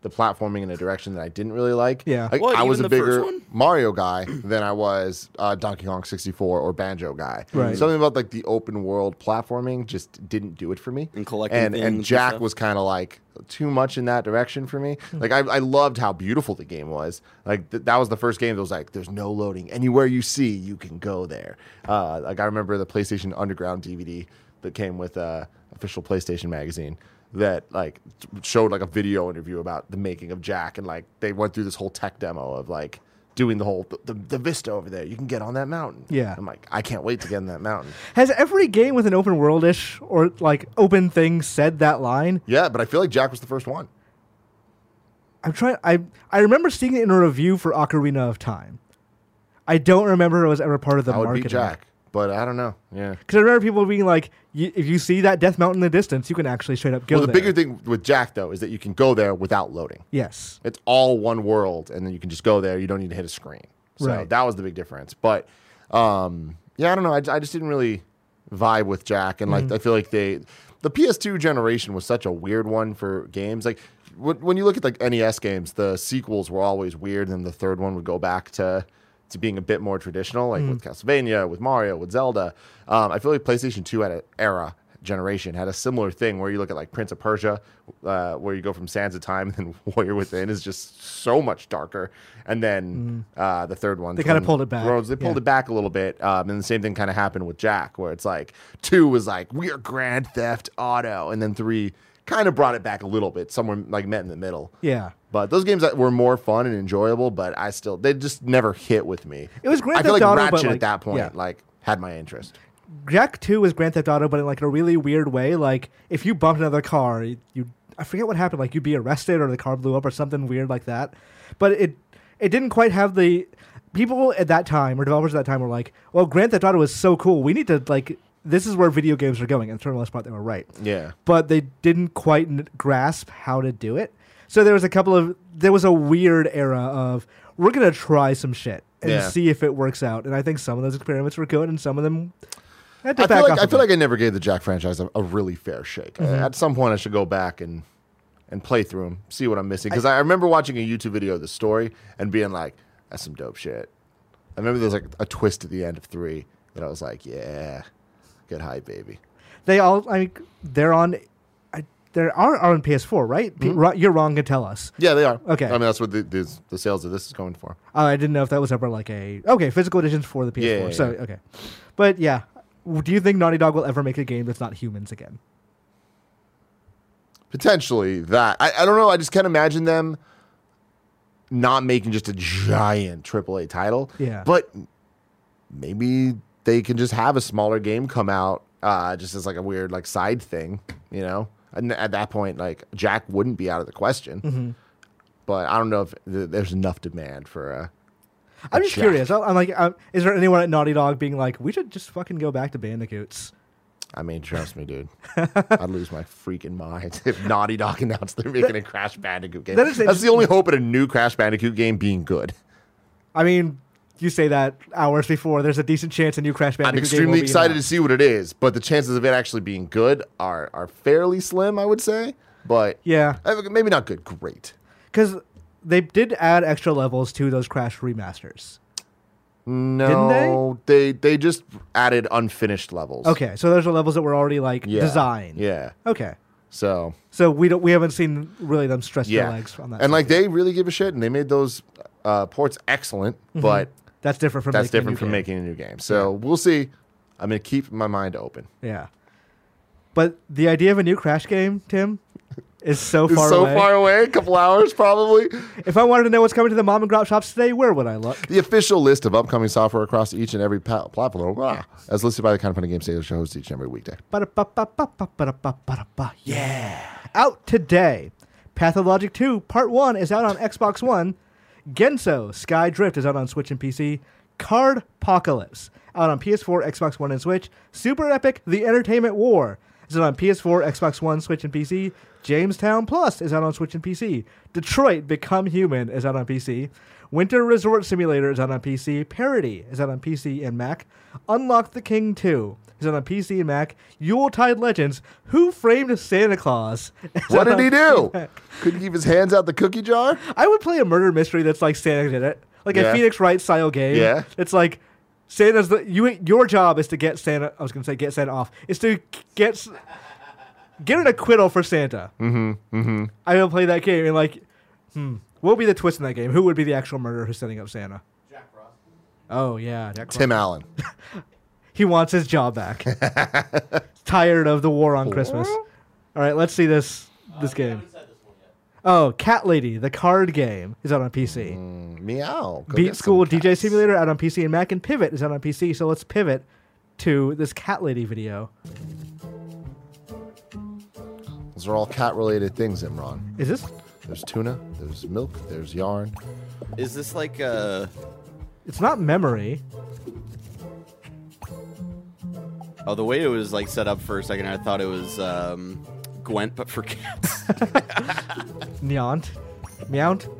B: the platforming in a direction that I didn't really like.
A: Yeah.
B: Like,
C: What,
B: I was a
C: even the
B: bigger
C: first one?
B: Mario guy than I was uh, Donkey Kong 64 or Banjo guy.
A: Right.
B: Something about like the open world platforming just didn't do it for me.
C: And collecting
B: and,
C: things
B: and
C: and
B: Jack
C: stuff.
B: was kind of like too much in that direction for me.
A: Hmm.
B: Like I, I loved how beautiful the game was. Like th- that was the first game that was like, there's no loading. Anywhere you see, you can go there. Uh, like I remember the PlayStation Underground DVD that came with uh, official PlayStation magazine that like t- showed like a video interview about the making of Jack and like they went through this whole tech demo of like doing the whole the, the, the vista over there. You can get on that mountain.
A: Yeah.
B: I'm like, I can't wait to get on that mountain.
A: Has every game with an open worldish or like open thing said that line?
B: Yeah, but I feel like Jack was the first one.
A: I'm trying. I I remember seeing it in a review for Ocarina of Time. I don't remember it was ever part of the
B: I would
A: marketing.
B: be Jack, but I don't know. Yeah.
A: Because I remember people being like, y- if you see that Death Mountain in the distance, you can actually straight up go
B: well, the
A: there.
B: bigger thing with Jack though is that you can go there without loading.
A: yes.
B: It's all one world, and then you can just go there. You don't need to hit a screen. So
A: Right.
B: that was the big difference. But um, yeah, I don't know. I, I just didn't really vibe with Jack, and like I feel like they, the PS2 generation was such a weird one for games. Like when, when you look at like NES games, the sequels were always weird, and the third one would go back to to being a bit more traditional, like with Castlevania, with Mario, with Zelda. Um, I feel like PlayStation 2 had an era generation had a similar thing where you look at like Prince of Persia, uh, where you go from Sands of Time and then Warrior Within is just so much darker. And then uh, the third one,
A: They kinda
B: Twin
A: pulled it back.
B: Thrones, they pulled
A: Yeah.
B: it back a little bit. Um, and the same thing kind of happened with Jack, where it's like two was like we are Grand Theft Auto, and then three kind of brought it back a little bit, somewhere like met in the middle.
A: Yeah.
B: But those games that were more fun and enjoyable, but I still they just never hit with me.
A: It was Grand
B: I feel
A: Theft
B: like
A: Auto, but,
B: Ratchet
A: like,
B: at that point
A: yeah.
B: like had my interest.
A: Jack Two was Grand Theft Auto, but in like a really weird way. Like if you bumped another car, you, you I forget what happened. Like you'd be arrested, or the car blew up, or something weird like that. But it it didn't quite have the people at that time or developers at that time were like, well, Grand Theft Auto is so cool. We need to like this is where video games are going. And for the most part, they were right.
B: Yeah.
A: but they didn't quite n- grasp how to do it. So there was a couple of there was a weird era of we're gonna try some shit and
B: Yeah.
A: see if it works out. And I think some of those experiments were good, and some of them had to
B: I
A: back
B: feel like
A: off. a
B: I feel
A: bit. Mm-hmm.
B: like I never gave the Jack franchise a, a really fair shake. Uh, At some point, I should go back and and play through them, see what I'm missing. Because I, remember watching a YouTube video of the story and being like, "That's some dope shit." I remember there's like a twist at the end of three that I was like, "Yeah, get high, baby."
A: they all like they're on. I there are, are on PS4, right? Pe-
B: Mm-hmm.
A: Ro- you're wrong. Can tell us.
B: Yeah, they are.
A: Okay.
B: I mean, that's what the, this, the sales of this is going for.
A: Uh, I didn't know if that was ever like a okay physical editions for the PS4.
B: Yeah, yeah,
A: So
B: yeah.
A: okay, but yeah, W- do you think Naughty Dog will ever make a game that's not humans again?
B: Potentially that. I, I don't know. I just can't imagine them not making just a giant AAA title.
A: Yeah.
B: But maybe they can just have a smaller game come out uh, just as like a weird like side thing, you know? And at that point, like Jack wouldn't be out of the question.
A: Mm-hmm.
B: But I don't know if th- there's enough demand for a.
A: I'm just
B: Jack.
A: curious. I- I'm like, uh, is there anyone at Naughty Dog being like, we should just fucking go back to Bandicoots?
B: I mean, trust me, dude. I'd lose my freaking mind if Naughty Dog announced they're making a Crash Bandicoot game.
A: That is
B: That's the only hope at a new Crash Bandicoot game being good.
A: I mean, you say that hours before. There's a decent chance a new Crash Bandicoot.
B: I'm
A: game will
B: extremely
A: be
B: excited to
A: announced.
B: see what it is, but the chances of it actually being good are are fairly slim, I would say. But
A: Yeah,
B: I think maybe not good, great.
A: because they did add extra levels to those Crash remasters.
B: No, they? they just added unfinished levels.
A: Okay, so those are levels that were already like
B: Yeah.
A: designed.
B: Yeah.
A: Okay,
B: So
A: so we don't we haven't seen really them stretch
B: yeah,
A: their legs on that.
B: and
A: side.
B: like they really give a shit, and they made those uh, ports excellent,
A: Mm-hmm.
B: but
A: that's different from
B: that's
A: making a
B: different
A: new
B: from
A: game.
B: making a new game. So we'll see. I'm gonna keep my mind open.
A: Yeah. But the idea of a new Crash game, Tim, is so
B: It's
A: far
B: so
A: away.
B: far away, a couple hours probably.
A: If I wanted to know what's coming to the mom and grop shops today, where would I look?
B: The official list of upcoming software across each and every pa- platform, ah, as listed by the Kind of Funny Game Sales show hosts each and every weekday.
A: Ba-da-ba-ba-ba-ba, ba-da-ba-ba-da-ba. Yeah. Out today. Pathologic 2 Part 1 is out on Xbox One. Genso Sky Drift is out on Switch and PC. Card Apocalypse out on PS4, Xbox One, and Switch. Super Epic The Entertainment War is out on PS4, Xbox One, Switch, and PC. Jamestown Plus is out on Switch and PC. Detroit Become Human is out on PC. Winter Resort Simulator is out on PC. Parody is out on PC and Mac. Unlock the King 2 is out on PC and Mac. Yuletide Legends Who Framed Santa Claus? is
B: What
A: out
B: did he
A: on
B: do? Couldn't keep his hands out the cookie jar?
A: I would play a murder mystery that's like Santa did it, like
B: Yeah.
A: a Phoenix Wright style game.
B: Yeah.
A: it's like Santa's the you. Your job is to get Santa. I was gonna say get Santa off. Is to get s- get an acquittal for Santa. Mm-hmm. Mm-hmm. I will play that game and like, hmm, what would be the twist in that game? Who would be the actual murderer who's setting up Santa? Jack Frost. Oh yeah, Jack Frost.
B: Tim Allen.
A: He wants his job back. Tired of the war on Christmas. All right, let's see this this game. Oh, Cat Lady, the card game, is out on PC.
B: Meow. Mm-hmm. Go
A: Beat
B: get some
A: School DJ
B: cats.
A: Simulator out on PC and Mac, and Pivot is out on PC. So let's pivot to this Cat Lady video.
B: Those are all cat related things, Imran.
A: Is this?
B: There's tuna, there's milk, there's yarn.
C: Is this like uh
A: It's not memory.
C: oh the way it was like set up for a second I thought it was um Gwent but for cats.
A: Neont. Meownt.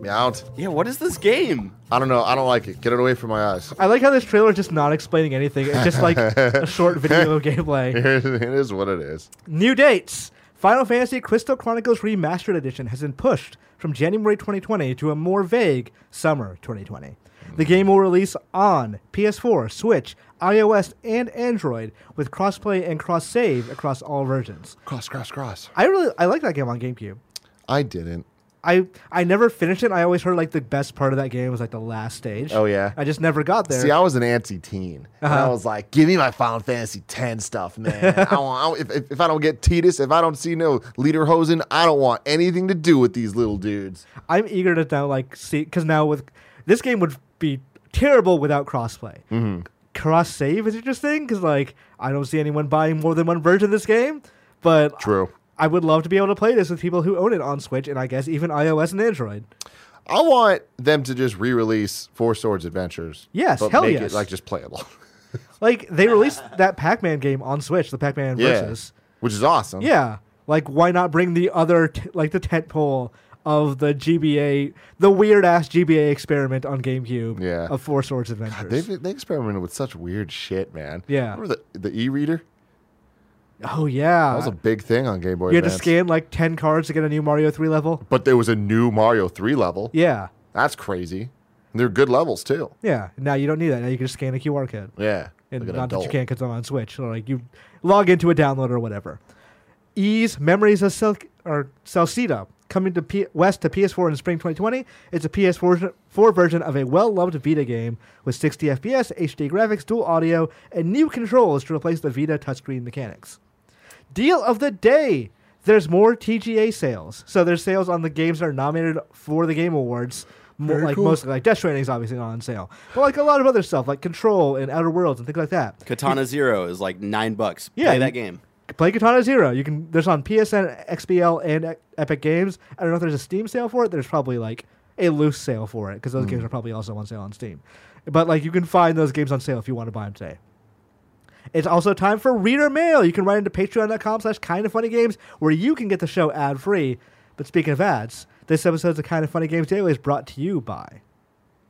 B: Meow.
C: yeah, what is this game?
B: I don't know. I don't like it. Get it away from my eyes.
A: I like how this trailer is just not explaining anything. It's just like a short video of gameplay.
B: it is what it is.
A: New dates! Final Fantasy Crystal Chronicles Remastered Edition has been pushed from January 2020 to a more vague summer 2020.
B: Mm.
A: The game will release on PS4, Switch, iOS, and Android with crossplay and cross save across all versions.
B: Cross, cross, cross.
A: I really I like that game on GameCube.
B: I didn't.
A: I I never finished it. I always heard like the best part of that game was like the last stage.
B: Oh, yeah.
A: I just never got there.
B: See, I was an anti-teen, and
A: Uh-huh.
B: I was like, "Give me my Final Fantasy X stuff, man. I don't, I don't, if- if, if I don't get Titus, if I don't see no Lederhosen, I don't want anything to do with these little dudes."
A: I'm eager to now like see because now with this game would be terrible without crossplay.
B: Mm-hmm.
A: Cross save is interesting because like I don't see anyone buying more than one version of this game, but
B: True.
A: I would love to be able to play this with people who own it on Switch and I guess even iOS and Android.
B: I want them to just re-release Four Swords Adventures.
A: Yes,
B: but
A: hell
B: make
A: yes.
B: it like just playable.
A: Like they released that Pac-Man game on Switch, the Pac-Man versus.
B: which is awesome.
A: Yeah, like why not bring the other t- like the tentpole of the GBA, the weird ass GBA experiment on GameCube
B: Yeah.
A: of Four Swords Adventures.
B: They they experimented with such weird shit, man.
A: Yeah.
B: remember the the e-reader?
A: oh yeah,
B: That was a big thing on Game Boy.
A: You had to
B: Advance.
A: scan like ten cards to get a new Mario three level.
B: but there was a new Mario three level.
A: Yeah,
B: that's crazy. And they're good levels too.
A: yeah. Now you don't need that. Now you can just scan a QR code,
B: Yeah,
A: and
B: like an
A: not that you
B: adult.
A: can't because I'm on Switch. Or, like you log into a download or whatever. E's Memories of Cel- or Celcita, coming to P- West to PS4 in spring 2020. It's a PS4 version- 4 version of a well-loved Vita game with 60 FPS, HD graphics, dual audio, and new controls to replace the Vita touchscreen mechanics. Deal of the day. There's more TGA sales. So there's sales on the games that are nominated for the Game Awards. Mo-
B: Very
A: like
B: cool.
A: mostly like Death Stranding is obviously not on sale, but like a lot of other stuff like Control and Outer Worlds and things like that.
C: Katana Zero is like nine bucks.
A: Yeah,
C: Play
A: you-
C: that game.
A: Play Katana Zero. You can. There's on PSN, XBL, and E- Epic Games. I don't know if there's a Steam sale for it. There's probably like a loose sale for it because
C: Hmm.
A: those games are probably also on sale on Steam. But like you can find those games on sale if you want to buy them today. It's also time for reader mail. You can write into patreon.com slash kind of funny games where you can get the show ad free. But speaking of ads, this episode's of Kind of Funny Games Daily is brought to you by.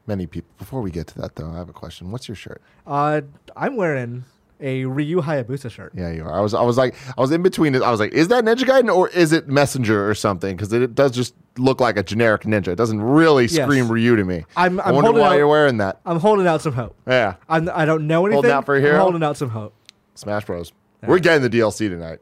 B: Many people. Before we get to that, though, I have a question. What's your shirt?
A: Uh, I'm wearing a Ryu Hayabusa shirt.
B: Yeah, you are. I was. I was like. I was in between. it. I was like, is that Ninja Gaiden or is it Messenger or something? Because it, it does just look like a generic ninja. It doesn't really
A: Yes.
B: scream Ryu to me.
A: I'm-
B: I
A: I'm
B: wonder
A: holding
B: why
A: out-
B: you're wearing that.
A: I'm holding out some hope.
B: Yeah,
A: I'm, I don't know anything.
B: out for a
A: I'm
B: hero?
A: holding out some hope.
B: Smash Bros. We're getting the DLC tonight.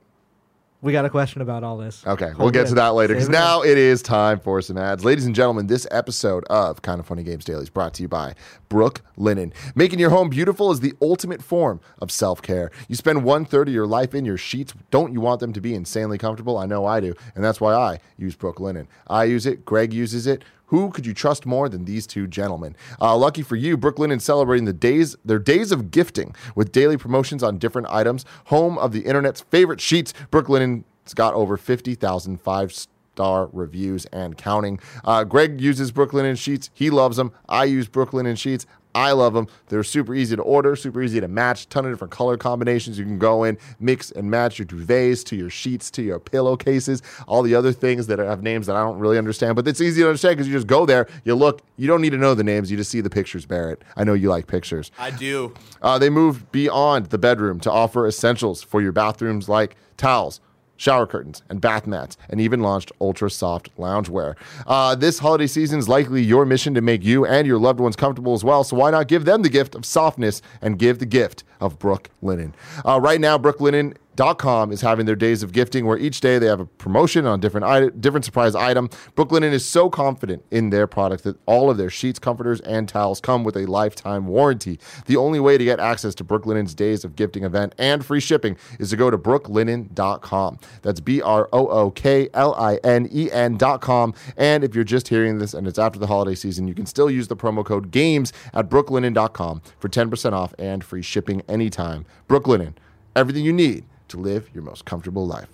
A: We got a question about all this.
B: Okay, we'll
A: Hold
B: get
A: it.
B: to that later because
A: Save it.
B: now it is time for some ads. Ladies and gentlemen, this episode of Kind of Funny Games Daily is brought to you by Brook Linen. Making your home beautiful is the ultimate form of self care. You spend one third of your life in your sheets. Don't you want them to be insanely comfortable? I know I do. And that's why I use Brook Linen. I use it, Greg uses it. Who could you trust more than these two gentlemen? Uh, lucky for you, Brooklyn is celebrating the days their days of gifting with daily promotions on different items. Home of the internet's favorite sheets, Brooklyn it's got over 50,000 five star reviews and counting. Uh, Greg uses Brooklyn and Sheets. He loves them. I use Brooklyn and Sheets. I love them. They're super easy to order, super easy to match. Ton of different color combinations you can go in, mix and match your duvets to your sheets to your pillowcases, all the other things that have names that I don't really understand. But it's easy to understand because you just go there, you look, you don't need to know the names, you just see the pictures, Barrett. I know you like pictures.
C: I do.
B: Uh, they moved beyond the bedroom to offer essentials for your bathrooms like towels, shower curtains, and bath mats, and even launched ultra soft loungewear. Uh, this holiday season is likely your mission to make you and your loved ones comfortable as well, so why not give them the gift of softness and give the gift of Brook Linen? Uh, right now, Brook Linen Brooklinen.com is having their days of gifting where each day they have a promotion on different item, different surprise item. Brooklinen is so confident in their product that all of their sheets, comforters, and towels come with a lifetime warranty. The only way to get access to Brooklinen's days of gifting event and free shipping is to go to brooklinen.com. That's B R O O K L I N E N.com. And if you're just hearing this and it's after the holiday season, you can still use the promo code GAMES at brooklinen.com for 10% off and free shipping anytime. Brooklinen everything you need to live your most comfortable life.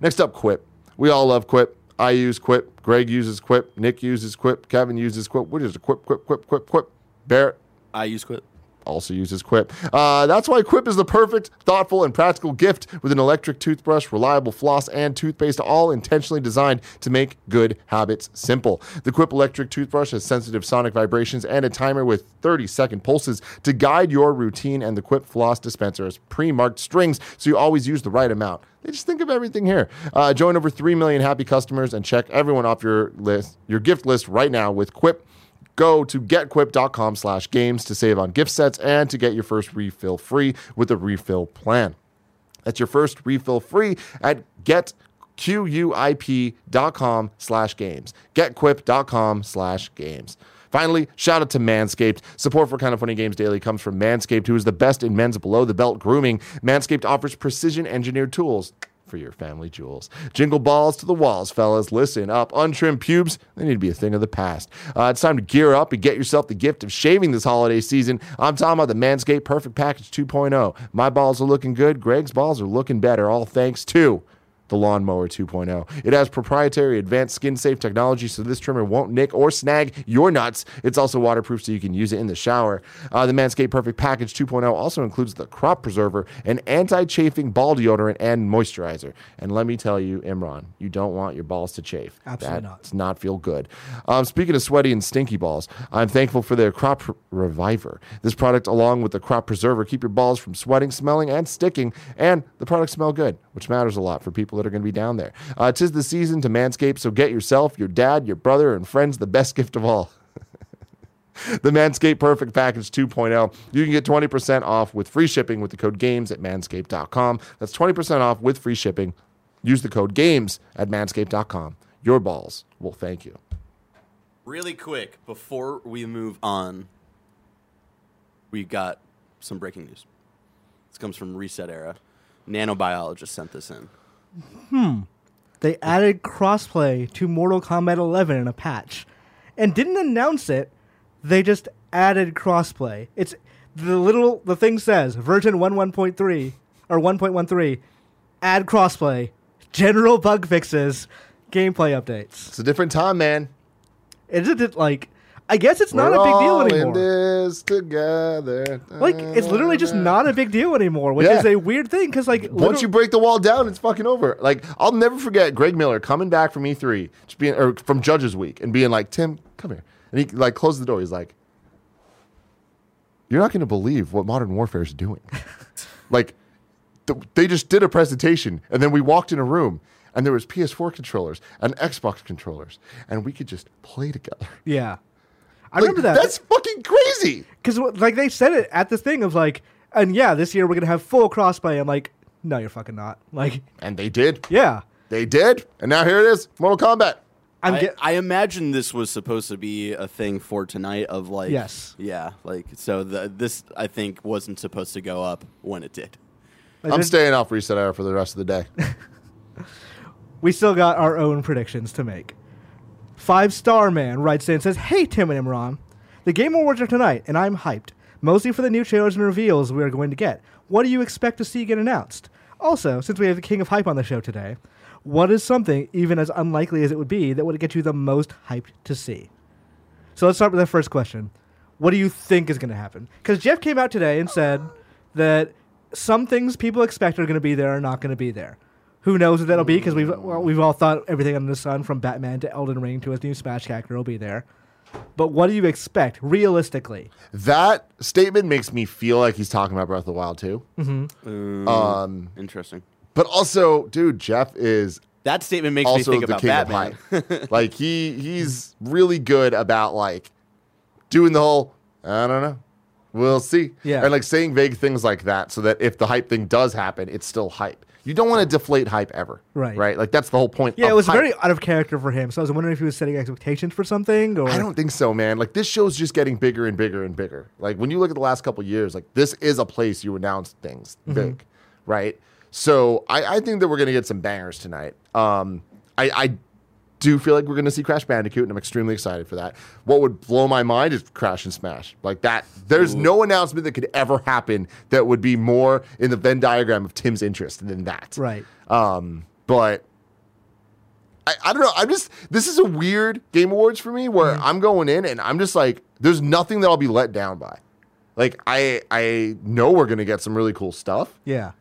B: Next up, Quip. We all love Quip. I use Quip. Greg uses Quip. Nick uses Quip. Kevin uses Quip. What is a Quip, Quip, Quip, Quip, Quip? Barrett
C: I use Quip.
B: also uses Quip. Uh, that's why Quip is the perfect, thoughtful, and practical gift with an electric toothbrush, reliable floss, and toothpaste, all intentionally designed to make good habits simple. The Quip electric toothbrush has sensitive sonic vibrations and a timer with 30 second pulses to guide your routine, and the Quip floss dispenser has pre marked strings so you always use the right amount. They just think of everything here. Uh, join over 3 million happy customers and check everyone off your list, your gift list right now with Quip. Go to getquip.com slash games to save on gift sets and to get your first refill free with a refill plan. That's your first refill free at getquip.com slash games. Getquip.com slash games. Finally, shout out to Manscaped. Support for Kind of Funny Games Daily comes from Manscaped, who is the best in men's below the belt grooming. Manscaped offers precision engineered tools for your family jewels. Jingle balls to the walls, fellas. Listen up. Untrimmed pubes, they need to be a thing of the past. Uh, it's time to gear up and get yourself the gift of shaving this holiday season. I'm talking about the Manscaped Perfect Package 2.0. My balls are looking good. Greg's balls are looking better, all thanks to the Lawnmower 2.0. It has proprietary advanced skin safe technology, so this trimmer won't nick or snag your nuts. It's also waterproof, so you can use it in the shower. Uh, the Manscaped Perfect Package 2.0 also includes the crop preserver, an anti chafing ball deodorant, and moisturizer. And let me tell you, Imran, you don't want your balls to chafe.
A: Absolutely not.
B: Does not feel good. Um, speaking of sweaty and stinky balls, I'm thankful for their crop Re- reviver. This product, along with the crop preserver, keep your balls from sweating, smelling, and sticking. And the products smell good, which matters a lot for people that are going to be down there. Uh, tis the season to manscape, so get yourself, your dad, your brother, and friends the best gift of all. the Manscaped Perfect Package 2.0. You can get 20% off with free shipping with the code GAMES at manscaped.com. That's 20% off with free shipping. Use the code GAMES at manscaped.com. Your balls will thank you.
C: Really quick, before we move on, we've got some breaking news. This comes from Reset Era. Nanobiologist sent this in.
A: They added crossplay to Mortal Kombat 11 in a patch, and didn't announce it. They just added crossplay. It's the little the thing says version 11.3 or 1.13. Add crossplay. General bug fixes. Gameplay updates.
B: It's a different time, man.
A: Isn't it like? I guess it's not
B: We're
A: a big
B: all
A: deal
B: In
A: anymore.
B: this together.
A: Like it's literally just not a big deal anymore, which
B: Yeah.
A: is a weird thing because like
B: Once
A: literal-
B: you break the wall down, it's fucking over. Like I'll never forget Greg Miller coming back from E3, just being or from Judges Week, and being like, "Tim, come here," and he like closed the door. He's like, "You're not going to believe what Modern Warfare is doing." like th- they just did a presentation, and then we walked in a room, and there was PS4 controllers and Xbox controllers, and we could just play together.
A: yeah, I
B: Like,
A: remember that.
B: That's fucking crazy.
A: because like they said it at this thing of like, and yeah, this year we're gonna have full crossplay. I'm like, no, you're fucking not. Like,
B: And they did.
A: yeah,
B: They did. And now here it is, Mortal Kombat.
A: I'm
C: I,
A: get-
C: I imagine this was supposed to be a thing for tonight of like
A: Yes.
C: yeah like so the, this I think wasn't supposed to go up when it did.
A: like,
B: I'm
A: there's-
B: staying off reset hour for the rest of the day.
A: we still got our own predictions to make. Five Star Man writes in and says, Hey, Tim and Imran. The Game Awards are tonight, and I'm hyped, mostly for the new trailers and reveals we are going to get. What do you expect to see get announced? Also, since we have the King of Hype on the show today, what is something, even as unlikely as it would be, that would get you the most hyped to see? So let's start with the first question. What do you think is going to happen? Because Jeff came out today and said that some things people expect are going to be there are not going to be there. Who knows what that'll be? Because we've well, we've all thought everything under the sun, from Batman to Elden Ring to his new Smash character, will be there. But what do you expect realistically?
B: that statement makes me feel like he's talking about Breath of the Wild too.
A: Mm-hmm.
B: Um,
C: Interesting.
B: but also, dude, Jeff is
C: That statement makes me
B: also
C: think
B: the
C: about
B: king
C: Batman.
B: of hype. like he he's really good about like doing the whole I don't know. We'll see.
A: Yeah.
B: And like saying vague things like that so that if the hype thing does happen, it's still hype. You don't want to deflate hype ever.
A: Right.
B: Right. Like that's the whole point.
A: Yeah,
B: of
A: it was
B: hype.
A: very out of character for him. So I was wondering if he was setting expectations for something, or
B: I don't think so, man. Like this show's just getting bigger and bigger and bigger. Like when you look at the last couple years, like this is a place you announce things big, right? So I, I think that we're gonna get some bangers tonight. Um, I, I do feel like we're gonna see Crash Bandicoot, and I'm extremely excited for that. What would blow my mind is Crash and Smash. Like that, there's no announcement that could ever happen that would be more in the Venn diagram of Tim's interest than that.
A: right.
B: Um, but I, I don't know. I'm just this is a weird game awards for me where I'm going in and I'm just like, there's nothing that I'll be let down by. Like I I know we're gonna get some really cool stuff.
A: Yeah,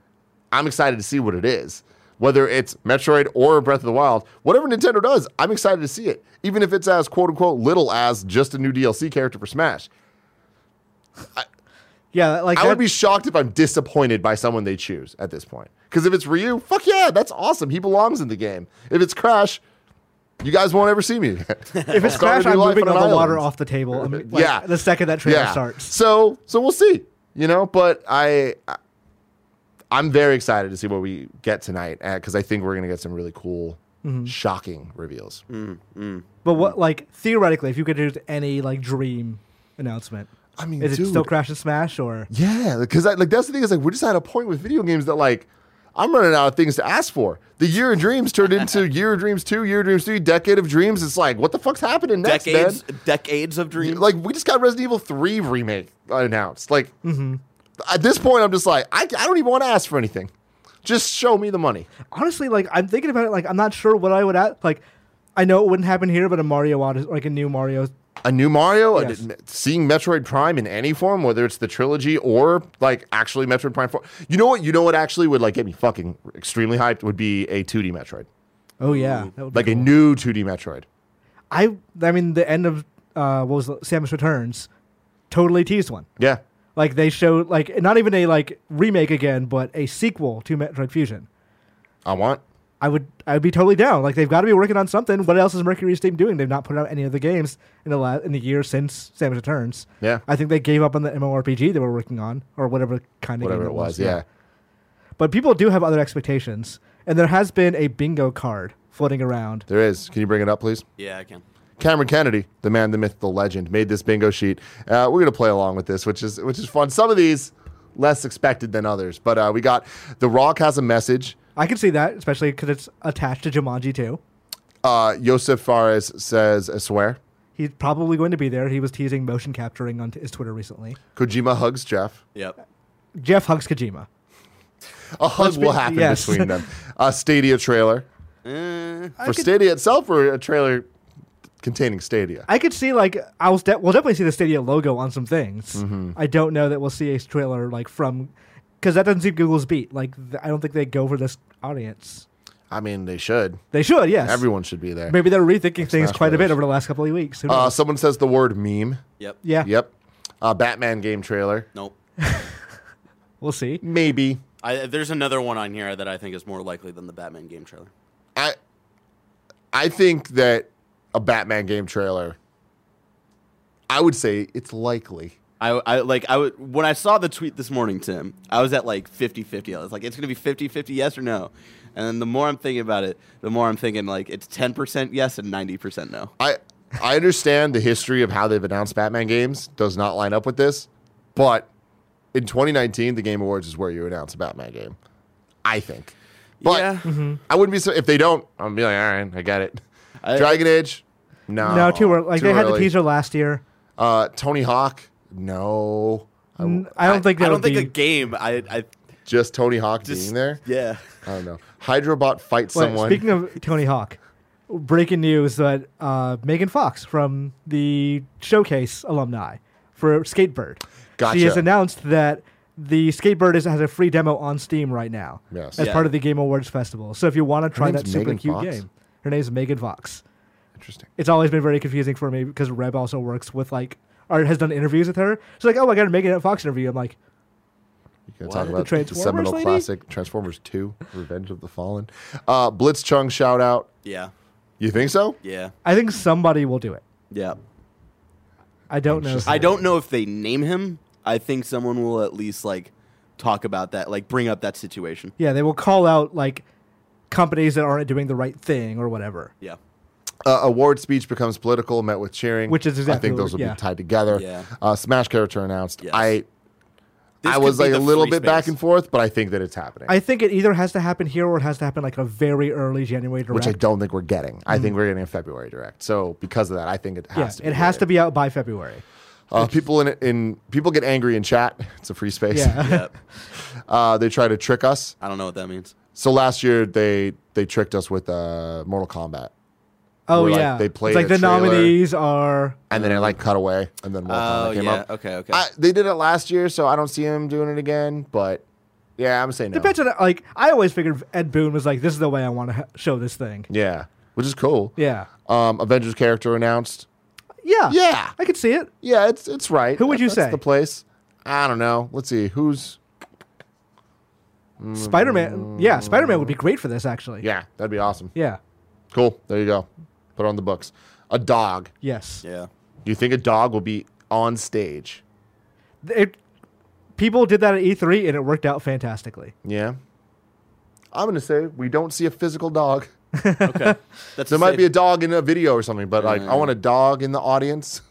B: I'm excited to see what it is. Whether it's Metroid or Breath of the Wild, whatever Nintendo does, I'm excited to see it. Even if it's as quote unquote little as just a new DLC character for Smash.
A: yeah. Like
B: I
A: that-
B: would be shocked if I'm disappointed by someone they choose at this point. Because if it's Ryu, fuck yeah, that's awesome. He belongs in the game. If it's Crash, you guys won't ever see me. again.
A: if it's
B: Start a
A: Crash,
B: new
A: I'm
B: life
A: moving
B: on
A: all
B: an
A: the water
B: island.
A: off the table. I mean, like,
B: Yeah.
A: the second that trailer
B: Yeah.
A: starts.
B: So so we'll see. You know, but I, I I'm very excited to see what we get tonight because I think we're gonna get some really cool,
A: Mm-hmm.
B: shocking reveals.
A: Mm. But what, like theoretically, if you could do any like dream announcement,
B: I mean,
A: is it
B: dude,
A: still Crash and Smash or?
B: Yeah, because like that's the thing is like we're just at a point with video games that like I'm running out of things to ask for. The year of dreams turned into year of dreams two, year of dreams three, decade of dreams. It's like what the fuck's happening next,
C: decades,
B: man?
C: decades of dreams.
B: Like we just got Resident Evil three remake announced. Like at this point, I'm just like I, I don't even want to ask for anything. Just show me the money.
A: Honestly, like I'm thinking about it, like I'm not sure what I would add. Like I know it wouldn't happen here, but a Mario Odyssey, like a new Mario.
B: A new Mario,
A: Yes.
B: and seeing Metroid Prime in any form, whether it's the trilogy or like actually Metroid Prime Four. You know what? You know what actually would like get me fucking extremely hyped would be a 2D Metroid.
A: Oh yeah, that would
B: like
A: be
B: a
A: cool.
B: new 2D Metroid.
A: I I mean the end of uh, what was the, Samus Returns, totally teased one.
B: Yeah.
A: Like they showed like not even a like remake again, but a sequel to Metroid Fusion.
B: I want.
A: I would I would be totally down. Like they've got to be working on something. What else is Mercury's team doing? They've not put out any other games in the la- in the year since Samus Returns.
B: Yeah.
A: I think they gave up on the MMORPG they were working on or whatever kind of
B: whatever
A: game
B: it was. Yeah.
A: But people do have other expectations, and there has been a bingo card floating around.
B: there is. Can you bring it up, please?
C: Yeah, I can.
B: Cameron Kennedy, the man, the myth, the legend, made this bingo sheet. Uh, we're gonna play along with this, which is which is fun. Some of these less expected than others, but uh, we got the Rock has a message.
A: I can see that, especially because it's attached to Jumanji too.
B: Uh, Yosef Fares says, "I swear."
A: He's probably going to be there. He was teasing motion capturing on t- his Twitter recently.
B: Kojima hugs Jeff.
C: Yep.
A: Jeff hugs Kojima.
B: A hug
A: be-
B: will happen
A: yes.
B: between them. A Stadia trailer
C: Eh,
B: for Stadia itself, or a trailer containing Stadia.
A: I could see like I'll de- we'll definitely see the Stadia logo on some things.
B: Mm-hmm.
A: I don't know that we'll see a trailer like from because that doesn't seem Google's beat. Like th- I don't think they go for this audience.
B: I mean, they should.
A: They should, yes.
B: Everyone should be there.
A: Maybe they're rethinking things
B: Smash
A: quite a bit
B: Brothers.
A: over the last couple of weeks. Who
B: Uh,
A: knows?
B: someone says the word meme.
C: yep.
A: yeah,
B: Yep. Uh, Batman game trailer.
C: Nope.
A: we'll see.
B: Maybe.
C: I, there's another one on here that I think is more likely than the Batman game trailer.
B: I I think that a Batman game trailer. I would say it's likely.
C: I, I like I would when I saw the tweet this morning, Tim. I was at like 50-50. I was like, it's gonna be 50-50 yes or no. And then the more I'm thinking about it, the more I'm thinking like it's ten percent yes and ninety percent no.
B: I I understand the history of how they've announced Batman games does not line up with this, but in 2019, the Game Awards is where you announce a Batman game. I think. But
C: Yeah.
A: Mm-hmm.
B: I wouldn't be so if they don't. I'm be like, all right, I get it.
C: I-
B: Dragon Age, no,
A: no, too early. Like
B: too
A: they had
B: early.
A: the teaser last year.
B: Uh, Tony Hawk, no, I w-
A: N- I don't think
C: I
A: that'll
C: don't think
A: be.
C: a game. I, I
B: just Tony Hawk
C: just
B: being there.
C: Yeah.
B: I don't know. Hydrobot fights
A: Wait,
B: someone.
A: Speaking of Tony Hawk, breaking news that uh, Megan Fox from the Showcase alumni for Skatebird.
B: Gotcha.
A: She has announced that the Skatebird is, has a free demo on Steam right now
B: Yes.
A: as
C: Yeah.
A: part of the Game Awards Festival. So if you want to try
B: name's
A: that super
B: Megan
A: cute
B: Fox?
A: game, her name's Megan Fox.
B: Interesting.
A: It's always been very confusing for me because Reb also works with like or has done interviews with her. She's like, "Oh, I got a Megan Fox interview." I'm like,
B: You can talk about
C: What?
B: the,
A: The
B: seminal
A: Transformers lady?
B: classic Transformers 2, Revenge of the Fallen. Uh, Blitz Chung shout out.
C: Yeah.
B: You think so?
C: Yeah.
A: "I think somebody will do it."
C: Yeah.
A: I don't know.
C: I don't know if they name him. I think someone will at least like talk about that, like bring up that situation.
A: Yeah, they will call out like companies that aren't doing the right thing or whatever.
C: Yeah.
B: Uh, award speech becomes political, met with cheering.
A: Which is
B: I think
A: exactly
B: those
A: what-
B: will
A: yeah.
B: be tied together.
C: Yeah.
B: Uh, Smash character announced.
C: Yes.
B: I
C: This
B: I
C: could
B: was
C: be
B: like a
C: the
B: little
C: free
B: bit back
C: space.
B: and forth, but I think that it's happening.
A: I think it either has to happen here or it has to happen like a very early January direct.
B: which I don't think we're getting. I think we're getting a February direct. So because of that, I think it has
A: Mm-hmm. yeah,
B: to. Be
A: it has
B: there.
A: to be out by February.
B: Uh, people in in people get angry in chat. It's a free space.
A: Yeah.
C: Yep.
B: Uh, they try to trick us.
C: I don't know what that means.
B: So last year they they tricked us with uh, Mortal Kombat,
A: Oh
B: Where, like,
A: yeah,
B: they played
A: It's like
B: a
A: the
B: trailer.
A: nominees are.
B: and then it like cut away, and then Mortal
C: Oh
B: Kombat came
C: yeah.
B: up.
C: Okay. Okay.
B: I, they did it last year, so I don't see him doing it again. But yeah, I'm saying no.
A: Depends on like I always figured Ed Boon was like this is the way I want to ha- show this thing.
B: Yeah, which is cool.
A: Yeah,
B: Um, Avengers character announced.
A: yeah,
B: Yeah,
A: I could see it.
B: yeah, it's it's right.
A: Who would you
B: That's
A: say?
B: the place? I don't know. Let's see who's.
A: Spider Man. Yeah, Spider Man would be great for this actually.
B: Mm. Yeah, that'd be awesome.
A: Yeah.
B: Cool. There you go. Put it on the books. A dog.
A: Yes.
C: yeah.
B: Do you think a dog will be on stage?
A: It. People did that at E3 and it worked out fantastically.
B: Yeah. I'm gonna say we don't see a physical dog.
C: Okay. That's
B: There might be a dog in a video or something, but like I
C: Mm.
B: want a dog in the audience,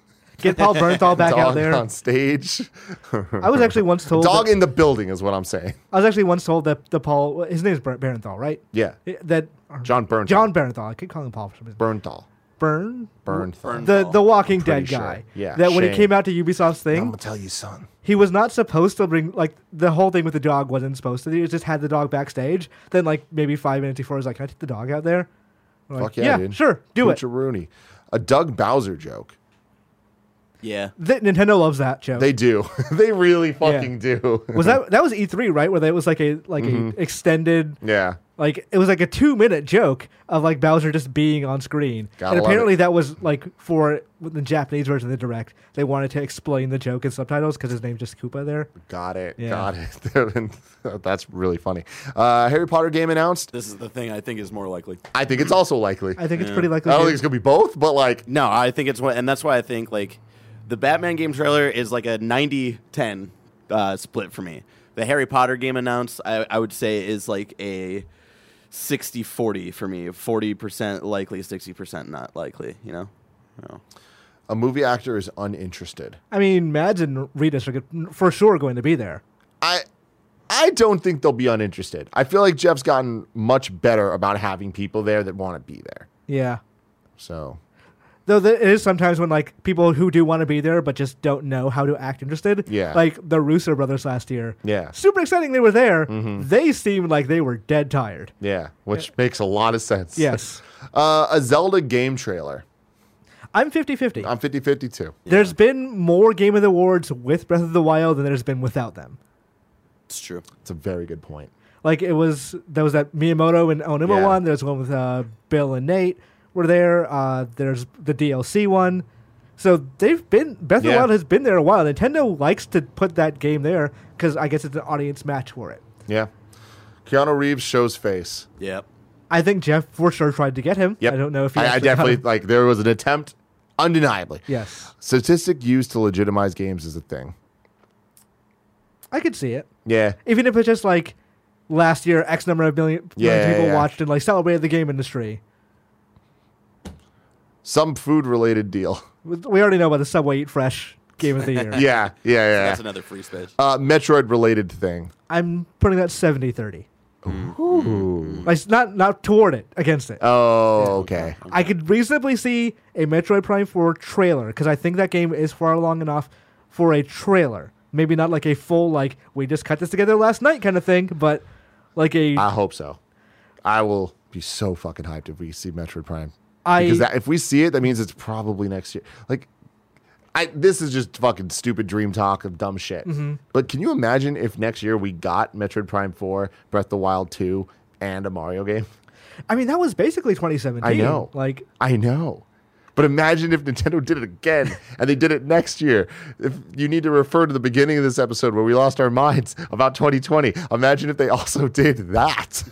A: Get Paul Bernthal back
B: dog
A: out there.
B: on stage,
A: I was actually once told
B: dog
A: that-
B: in the building is what I'm saying.
A: I was actually once told that the Paul his name is Ber- Berenthal, right?
B: Yeah,
A: That or
B: John Bernthal.
A: John Berenthal. I keep calling him Paul for some reason.
B: Bernthal.
A: Bern
B: Bernthal.
A: the the Walking
B: Pretty
A: Dead
B: sure.
A: guy.
B: Yeah,
A: That when he
B: Shane.
A: came out to Ubisoft's
B: I'm
A: thing,
B: gonna tell you, son.
A: he was not supposed to bring like the whole thing with the dog wasn't supposed to. He just had the dog backstage. Then like maybe five minutes before, he's like, "Can I take the dog out there?" We're like,
B: Fuck yeah, dude.
A: sure, do it.
B: Rooney. A Doug Bowser joke.
C: yeah.
A: Th- Nintendo loves that joke.
B: They do. they really fucking do.
A: E
B: Mm-hmm.
A: was that that was E3 right? Where that was like a like a extended
B: yeah.
A: Like it was like a two minute joke of like Bowser just being on screen,
B: Gotta
A: and
B: love
A: apparently
B: it.
A: that was like for the Japanese version of the direct. They wanted to explain the joke in subtitles because his name's just Koopa there.
B: Got it.
A: Yeah.
B: Got it. That's really funny. Uh, Harry Potter game announced.
C: This is the thing I think is more likely.
B: I think it's also likely.
A: I
B: I,
A: think it's pretty likely.
B: don't
A: too.
B: think it's gonna be both, but like
C: No, I think it's one, and that's why I think like the Batman game trailer is like a 90 10 uh, split for me. The Harry Potter game announced, I, I would say, is like a 60 40 for me 40% likely, 60% not likely, you know? No.
B: a movie actor is uninterested.
A: I mean, Mads and Redis are good, for sure going to be there.
B: I I don't think they'll be uninterested. I feel like Jeff's gotten much better about having people there that want to be there.
A: Yeah.
B: So
A: Though there is sometimes when like people who do want to be there but just don't know how to act interested.
B: Yeah.
A: Like the Russo brothers last year.
B: Yeah. Mm-hmm.
A: Super exciting they were there. They seemed like they were dead tired.
B: yeah, which makes a lot of sense.
A: Yes.
B: Uh, a Zelda game trailer.
A: I'm 50 50.
B: I'm 50 52.
A: There's been more Game of the Awards with Breath of the Wild than there's been without them.
C: It's true.
B: It's a very good point.
A: Like it was there was that Miyamoto and Onuma
B: Yeah.
A: one. There's one with uh, Bill and Nate were there. Uh, there's the DLC one. So they've been Breath of the
B: Yeah.
A: Wild has been there a while. Nintendo likes to put that game there because I guess it's an audience match for it.
B: Yeah. Keanu Reeves shows face.
C: Yep.
A: I think Jeff for sure tried to get him.
B: Yep.
A: I don't know if he
B: I, I
A: actually got
B: definitely
A: him.
B: like there was an attempt, undeniably.
A: Yes,
B: Statistic used to legitimize games is a thing.
A: I could see it.
B: Yeah.
A: Even if it's just like last year, X number of million,
B: Yeah,
A: million
B: yeah,
A: people
B: yeah.
A: watched and like celebrated the game industry.
B: Some food related deal.
A: We already know about the Subway Eat Fresh game of the year.
B: Yeah. Yeah.
C: That's
B: Yeah.
C: another free space.
B: Uh, Metroid related thing.
A: I'm putting that 70 30. Like, it's not, not toward it, against it.
B: Oh, okay.
A: I could reasonably see a Metroid Prime 4 trailer because I think that game is far long enough for a trailer. Maybe not like a full, like, we just cut this together last night kind of thing, but like a
B: I hope so. I will be so fucking hyped if we see Metroid Prime.
A: I-
B: because that, if we see it, that means it's probably next year. Like, I this is just fucking stupid dream talk of dumb shit. But can you imagine if next year we got Metroid Prime Four, Breath of the Wild Two, and a Mario game?
A: I mean, that was basically 2017.
B: I know.
A: Like,
B: I know. But imagine if Nintendo did it again and they did it next year. If you need to refer to the beginning of this episode where we lost our minds about 2020, imagine if they also did that.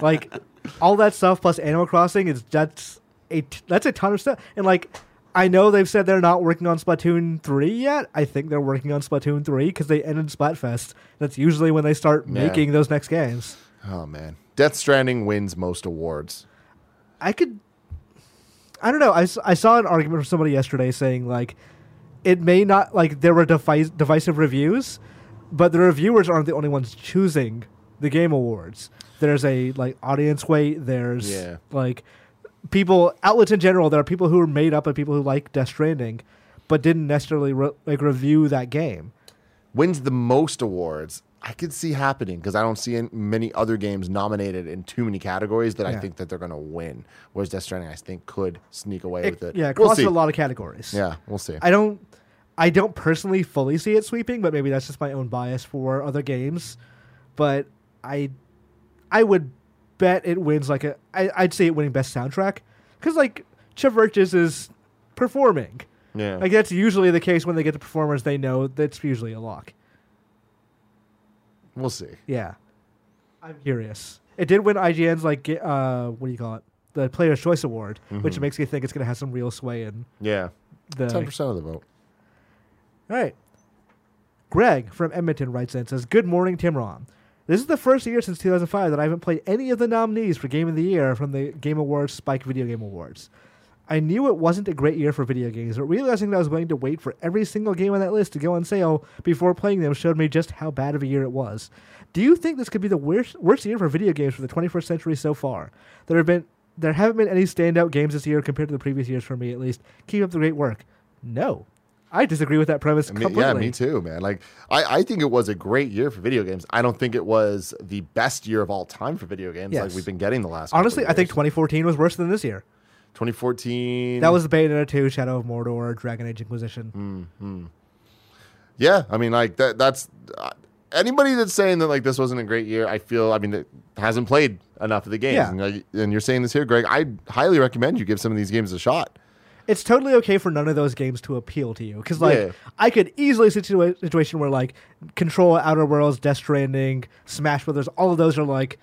A: like all that stuff plus Animal Crossing is that's a t- that's a ton of stuff. And like I know they've said they're not working on Splatoon three yet. I think they're working on Splatoon three because they ended Splatfest. That's usually when they start
B: Yeah.
A: making those next games.
B: Oh man, Death Stranding wins most awards.
A: I could. I don't know. I, s- I saw an argument from somebody yesterday saying like, it may not like there were device, divisive reviews, but the reviewers aren't the only ones choosing the game awards. There's a like audience weight. There's
B: Yeah.
A: like people outlets in general. There are people who are made up of people who like Death Stranding, but didn't necessarily re- like review that game.
B: Wins the most awards. I could see happening because I don't see in- many other games nominated in too many categories that I
A: Yeah.
B: think that they're going to win. Whereas Death Stranding, I think could sneak away
A: It-
B: with it.
A: yeah, it
B: we'll
A: crosses
B: see.
A: a lot of categories.
B: Yeah, we'll see.
A: I don't I don't personally fully see it sweeping, but maybe that's just my own bias for other games. But I I would bet it wins like a I, I'd say it winning best soundtrack cuz like Chiverches is performing.
B: yeah,
A: Like that's usually the case when they get the performers they know that's usually a lock.
B: we'll see.
A: Yeah. I'm curious. It did win IGN's like ga- uh what do you call it? The Player's Choice Award, which makes me think it's going to have some real sway in
B: Yeah,
A: the
B: Mm-hmm. ten percent of the vote.
A: All right. Greg from Edmonton writes in and says, Good morning, Timron. This is the first year since 2005 that I haven't played any of the nominees for Game of the Year from the Game Awards Spike Video Game Awards. I knew it wasn't a great year for video games, but realizing that I was willing to wait for every single game on that list to go on sale before playing them showed me just how bad of a year it was. Do you think this could be the worst, worst year for video games for the 21st century so far? There have been there haven't been any standout games this year compared to the previous years for me, at least. Keep up the great work. No, I disagree with that premise
B: I mean,
A: completely.
B: yeah, me too, man. Like, I, I think it was a great year for video games. I don't think it was the best year of all time for video games. Like
A: Yes.
B: we've been getting the last. couple
A: Honestly, I think
B: years.
A: 2014 was worse than this year.
B: 2014.
A: That was Bayonetta 2, Shadow of Mordor, Dragon Age Inquisition.
B: Yeah, I mean, like that. That's uh, anybody that's saying that like this wasn't a great year, I feel I mean it hasn't played enough of the games.
A: Yeah.
B: And, like, and you're saying this here, Greg. I highly recommend you give some of these games a shot.
A: it's totally okay for none of those games to appeal to you because like
B: Yeah.
A: i could easily see a situa- situation where like control outer worlds death stranding smash brothers all of those are like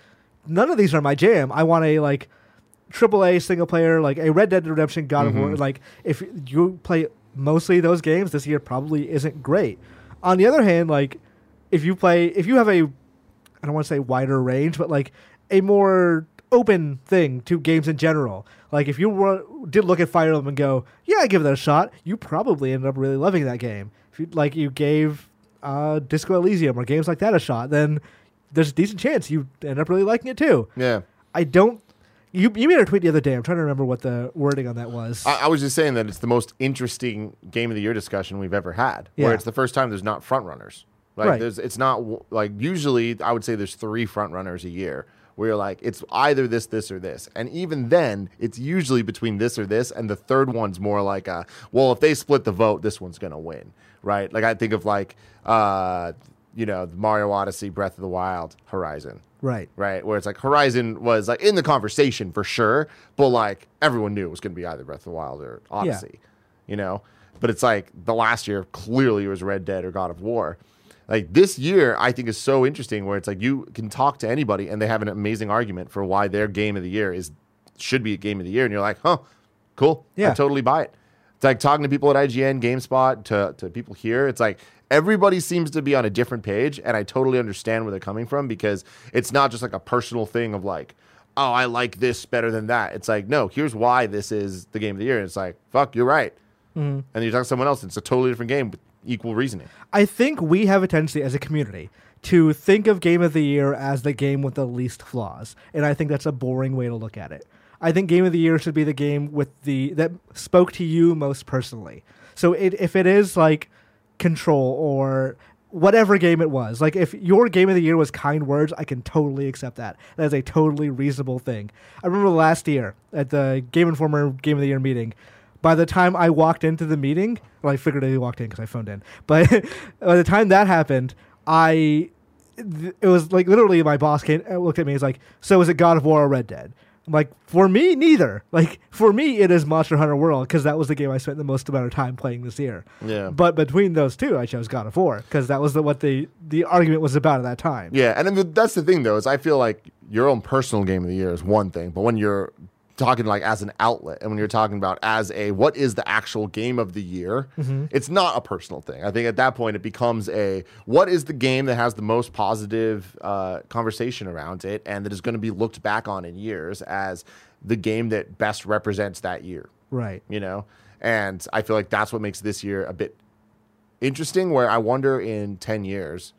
A: none of these are my jam i want a like triple a single player like a red dead redemption god of war like if you play mostly those games this year probably isn't great on the other hand like if you play if you have a I don't want to say wider range, but like a more open thing to games in general. Like if you were, did look at Fire Emblem and go, "Yeah, I give that a shot," you probably ended up really loving that game. If you like, you gave uh, Disco Elysium or games like that a shot, then there's a decent chance you end up really liking it too.
B: Yeah.
A: I don't. You you made a tweet the other day. I'm trying to remember what the wording on that was.
B: I, I was just saying that it's the most interesting game of the year discussion we've ever had, where
A: Yeah.
B: it's the first time there's not front runners. Like
A: Right.
B: there's, it's not w- like usually I would say there's three front runners a year where you're like it's either this, this, or this, and even then it's usually between this or this, and the third one's more like a well, if they split the vote, this one's gonna win, right? Like I think of like uh, you know the Mario Odyssey, Breath of the Wild, Horizon
A: right.
B: right? Where it's like Horizon was like in the conversation for sure, but like everyone knew it was going to be either Breath of the Wild or Odyssey, you know. But it's like the last year clearly was Red Dead or God of War. Like this year, I think is so interesting where it's like you can talk to anybody and they have an amazing argument for why their game of the year is should be a game of the year, and you're like, huh, cool, I
A: Yeah.
B: totally buy it. It's like talking to people at IGN, GameSpot, to, to people here. It's like everybody seems to be on a different page, and I totally understand where they're coming from because it's not just like a personal thing of like, oh, I like this better than that. It's like, no, here's why this is the game of the year. And it's like, fuck, you're right. And then you talk to someone else, it's a totally different game with equal reasoning.
A: I think we have a tendency as a community to think of game of the year as the game with the least flaws, and I think that's a boring way to look at it. I think game of the year should be the game with the that spoke to you most personally. So it, if it is like Control or whatever game it was, like if your game of the year was Kind Words, I can totally accept that. That is a totally reasonable thing. I remember last year at the Game Informer Game of the Year meeting by the time I walked into the meeting, well, I figuratively walked in because I phoned in, but by the time that happened, I th- it was like literally my boss came uh, looked at me. He's like, "So is it God of War or Red Dead?" I'm like, "For me, neither. Like for me, it is Monster Hunter World because that was the game I spent the most amount of time playing this year.
B: Yeah.
A: But between those two, I chose God of War because that was the, what the the argument was about at that time.
B: Yeah, and I mean, that's the thing though is I feel like your own personal game of the year is one thing, but when you're talking like as an outlet and when you're talking about as a what is the actual game of the year, it's not a personal thing. I think at that point it becomes a what is the game that has the most positive uh, conversation around it and that is going to be looked back on in years as the game that best represents that year
A: Right.
B: you know and i feel like that's what makes this year a bit interesting where i wonder in 10 years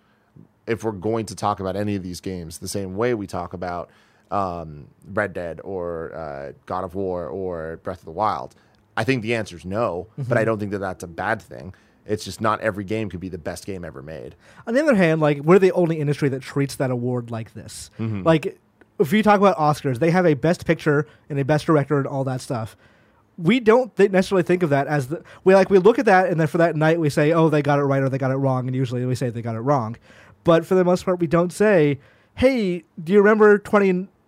B: if we're going to talk about any of these games the same way we talk about um, red dead or uh, god of war or breath of the wild i think the answer is no but i don't think that that's a bad thing it's just not every game could be the best game ever made
A: On the other hand, like we're the only industry that treats that award like this.
B: Mm-hmm.
A: Like if you talk about Oscars, they have a best picture and a best director and all that stuff. We don't th- necessarily think of that as the we like we look at that and then for that night we say, "Oh, they got it right or they got it wrong," and usually we say they got it wrong. But for the most part, we don't say, "Hey, do you remember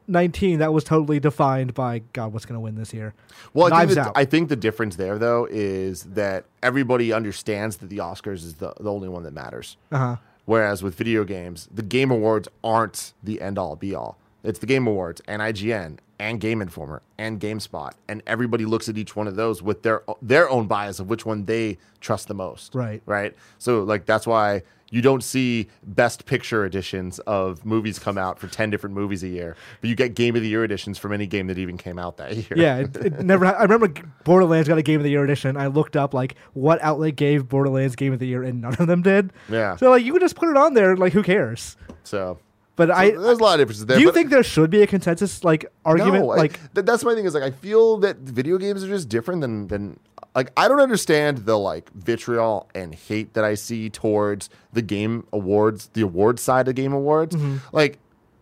A: 2019 that was totally defined by God, what's going to win this year?"
B: Well, I
A: Knives
B: think, that,
A: Out.
B: I think the difference there, though, is that everybody understands that the Oscars is the, the only one that matters.
A: Uh-huh.
B: Whereas with video games, the Game Awards aren't the end all be all. It's the Game Awards and IGN and Game Informer and GameSpot, and everybody looks at each one of those with their their own bias of which one they trust the most.
A: Right.
B: Right. So like that's why you don't see best picture editions of movies come out for 10 different movies a year, but you get game of the year editions from any game that even came out that year.
A: yeah, it, it never. Ha- I remember G- Borderlands got a Game of the Year edition. I looked up like what outlet gave Borderlands Game of the Year, and none of them did.
B: Yeah.
A: So like you could just put it on there, like who cares?
B: So
A: But I
B: So there's a lot of differences there.
A: do you
B: but
A: think there should be a consensus like argument?
B: No, I-
A: like
B: th- that's my thing is like I feel that video games are just different than than like I don't understand the like vitriol and hate that I see towards the game awards, the award side of game awards.
A: Mm-hmm.
B: Like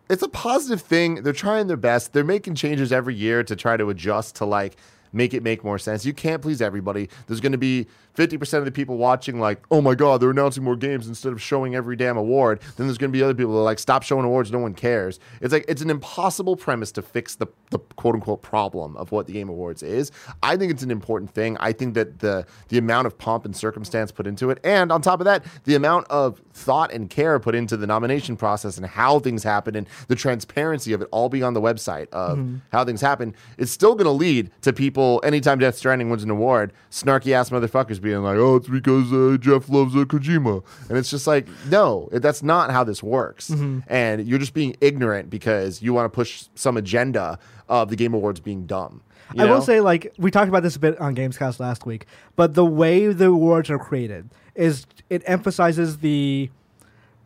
B: it's a positive thing. They're trying their best. They're making changes every year to try to adjust to like make it make more sense. You can't please everybody. There's going to be 50% of the people watching, like, oh my God, they're announcing more games instead of showing every damn award. Then there's going to be other people that are like, stop showing awards, no one cares. It's like, it's an impossible premise to fix the, the quote unquote problem of what the Game Awards is. I think it's an important thing. I think that the, the amount of pomp and circumstance put into it, and on top of that, the amount of thought and care put into the nomination process and how things happen and the transparency of it all being on the website of
A: Mm-hmm.
B: how things happen, it's still going to lead to people anytime Death Stranding wins an award, snarky ass motherfuckers being like, "Oh, it's because uh, Jeff loves uh, Kojima," and it's just like, no, it- that's not how this works.
A: Mm-hmm.
B: And you're just being ignorant because you want to push some agenda of the Game Awards being dumb. you
A: I
B: know?
A: will say, like, we talked about this a bit on Gamescast last week, but the way the awards are created is it emphasizes the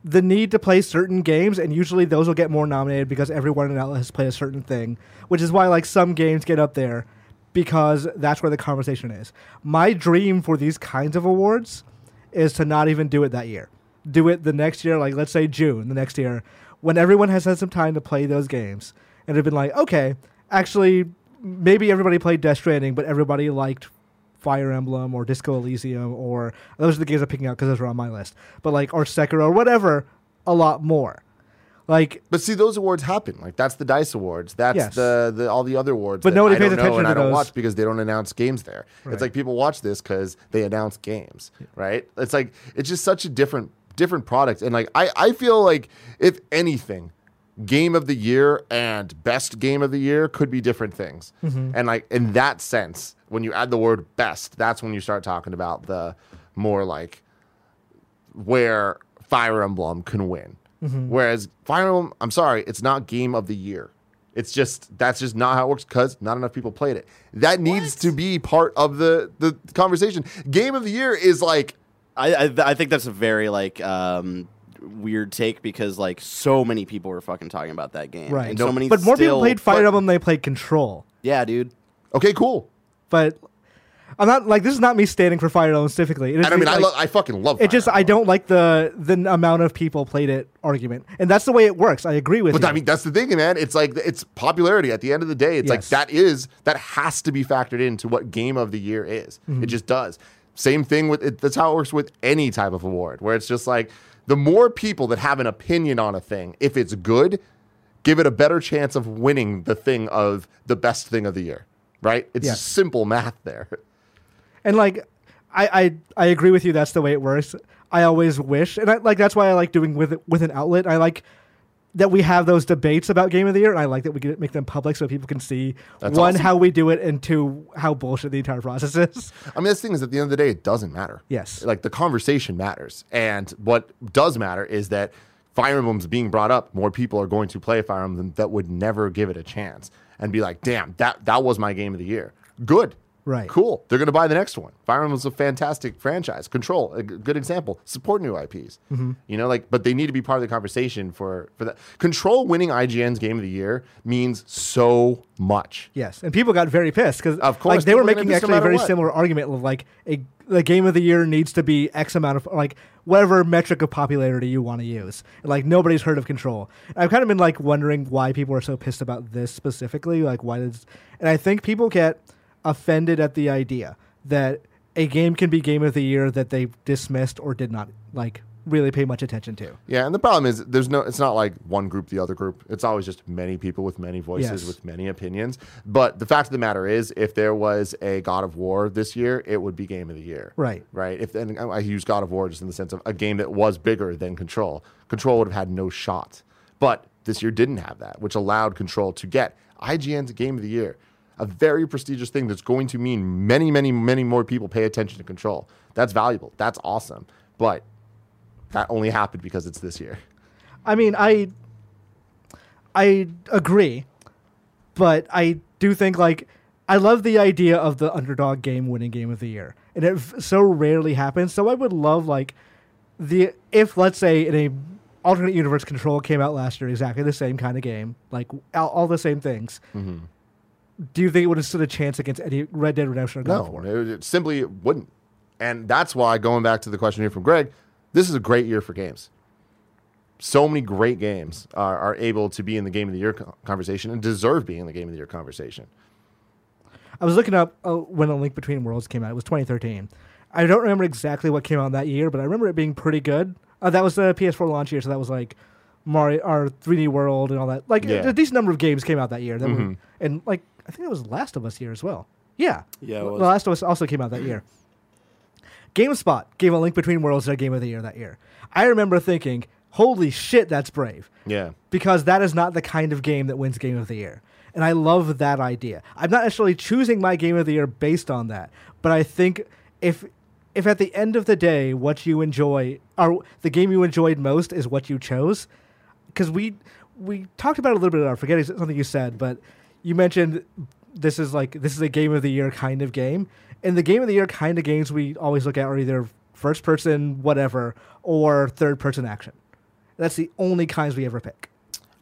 A: the need to play certain games, and usually those will get more nominated because everyone in outlet has played a certain thing, which is why like some games get up there because that's where the conversation is. My dream for these kinds of awards is to not even do it that year. Do it the next year, like let's say June the next year, when everyone has had some time to play those games and have been like, okay, actually, maybe everybody played Death Stranding, but everybody liked Fire Emblem or Disco Elysium or those are the games I'm picking out because those are on my list. But like or Sekiro or whatever, a lot more. Like
B: But see, those awards happen. Like that's the Dice Awards. That's
A: Yes.
B: the, the all the other awards.
A: But
B: that
A: nobody
B: I
A: pays
B: don't know
A: attention
B: and
A: to
B: I don't
A: those.
B: watch because they don't announce games there.
A: Right.
B: It's like people watch this because they announce games, right? It's like it's just such a different different product. And like I I feel like if anything, game of the year and best game of the year could be different things.
A: Mm-hmm.
B: And like in that sense, when you add the word best, that's when you start talking about the more like where Fire Emblem can win.
A: Mm-hmm.
B: Whereas Fire Emblem, I'm sorry, it's not game of the year. It's just that's just not how it works because not enough people played it. That needs to be part of the the conversation. Game of the year is like
C: I I, th- I think that's a very like um, weird take because like so many people were fucking talking about that game,
A: Right.
C: And
A: No,
C: so many,
A: but more
C: still-
A: people played Fire
C: but-
A: Emblem than they played Control.
C: Yeah, dude.
B: okay, cool.
A: But I'm not like this is not me standing for Fire Emblem specifically. It is
B: And I mean, I
A: like-
B: love, I fucking love. Fire
A: it just I
B: Emblem.
A: don't like the the n- amount of people played it argument, and that's the way it works. I agree with.
B: But
A: you.
B: I mean, that's the thing, man. It's like it's popularity. At the end of the day, it's
A: Yes.
B: like that is that has to be factored into what game of the year is.
A: Mm-hmm.
B: It just does. Same thing with it, that's how it works with any type of award, where it's just like the more people that have an opinion on a thing, if it's good, give it a better chance of winning the thing of the best thing of the year. Right? It's
A: Yeah.
B: simple math there.
A: and like I, I I agree with you. That's the way it works. I always wish, and I like that's why I like doing with with an outlet. I like that we have those debates about game of the year, and I like that we can make them public so people can see
B: That's
A: one
B: awesome.
A: how we do it and two how bullshit the entire process is.
B: I mean, this thing is at the end of the day, it doesn't matter.
A: Yes.
B: Like the conversation matters. And what does matter is that Fire Emblem's being brought up. More people are going to play Fire Emblem that would never give it a chance and be like, damn, that, that was my game of the year. Good.
A: Right.
B: Cool. They're going to buy the next one. Fire Emblem's a fantastic franchise. Control, a g- good example. Support new IPs.
A: Mm-hmm.
B: You know, like, but they need to be part of the conversation for, for that. Control winning IGN's game of the year means so much.
A: Yes, and people got very pissed because
B: Of course,
A: like, they were
B: people are gonna
A: making
B: be pissed no
A: actually a
B: matter
A: very
B: what.
A: similar argument of like a the game of the year needs to be X amount of like whatever metric of popularity you want to use. And, like nobody's heard of Control. And I've kind of been like wondering why people are so pissed about this specifically. Like why does and I think people get offended at the idea that a game can be game of the year that they dismissed or did not like really pay much attention to.
B: Yeah, and the problem is there's no it's not like one group the other group. It's always just many people with many voices
A: Yes.
B: with many opinions. But the fact of the matter is if there was a God of War this year, it would be game of the year.
A: Right.
B: Right? If and I use God of War just in the sense of a game that was bigger than Control. Control would have had no shot. But this year didn't have that, which allowed Control to get IGN's game of the year. A very prestigious thing that's going to mean many, many, many more people pay attention to Control. That's valuable. That's awesome. But that only happened because it's this year.
A: I mean, I I agree, but I do think like I love the idea of the underdog game winning game of the year, and it v- so rarely happens. So I would love like the if let's say in a alternate universe control came out last year, exactly the same kind of game, like all, all the same things. Do you think it would have stood a chance against any Red Dead Redemption or God of
B: No,
A: War?
B: it, it simply wouldn't. And that's why, going back to the question here from Greg, this is a great year for games. So many great games are, are able to be in the game of the year co- conversation and deserve being in the game of the year conversation.
A: I was looking up uh, when A Link Between Worlds came out. It was 2013. I don't remember exactly what came out that year, but I remember it being pretty good. Uh, that was the PS4 launch year, so that was like Mario, our 3D World, and all that. Like
B: Yeah.
A: a, a decent number of games came out that year. That
C: Mm-hmm.
A: were, and like I think that was Last of Us year as well. Yeah,
C: Yeah, it
A: The
C: was.
A: Last of Us also came out that year. GameSpot gave A Link Between Worlds their Game of the Year that year. I remember thinking, "Holy shit, that's brave."
B: Yeah.
A: because that is not the kind of game that wins game of the year. And I love that idea. I'm not necessarily choosing my game of the year based on that, but I think if if at the end of the day what you enjoy or the game you enjoyed most is what you chose, because we we talked about it a little bit. I'm forgetting something you said, but you mentioned this is like this is a game of the year kind of game, and the game of the year kind of games we always look at are either first person whatever or third person action. That's the only kinds we ever pick.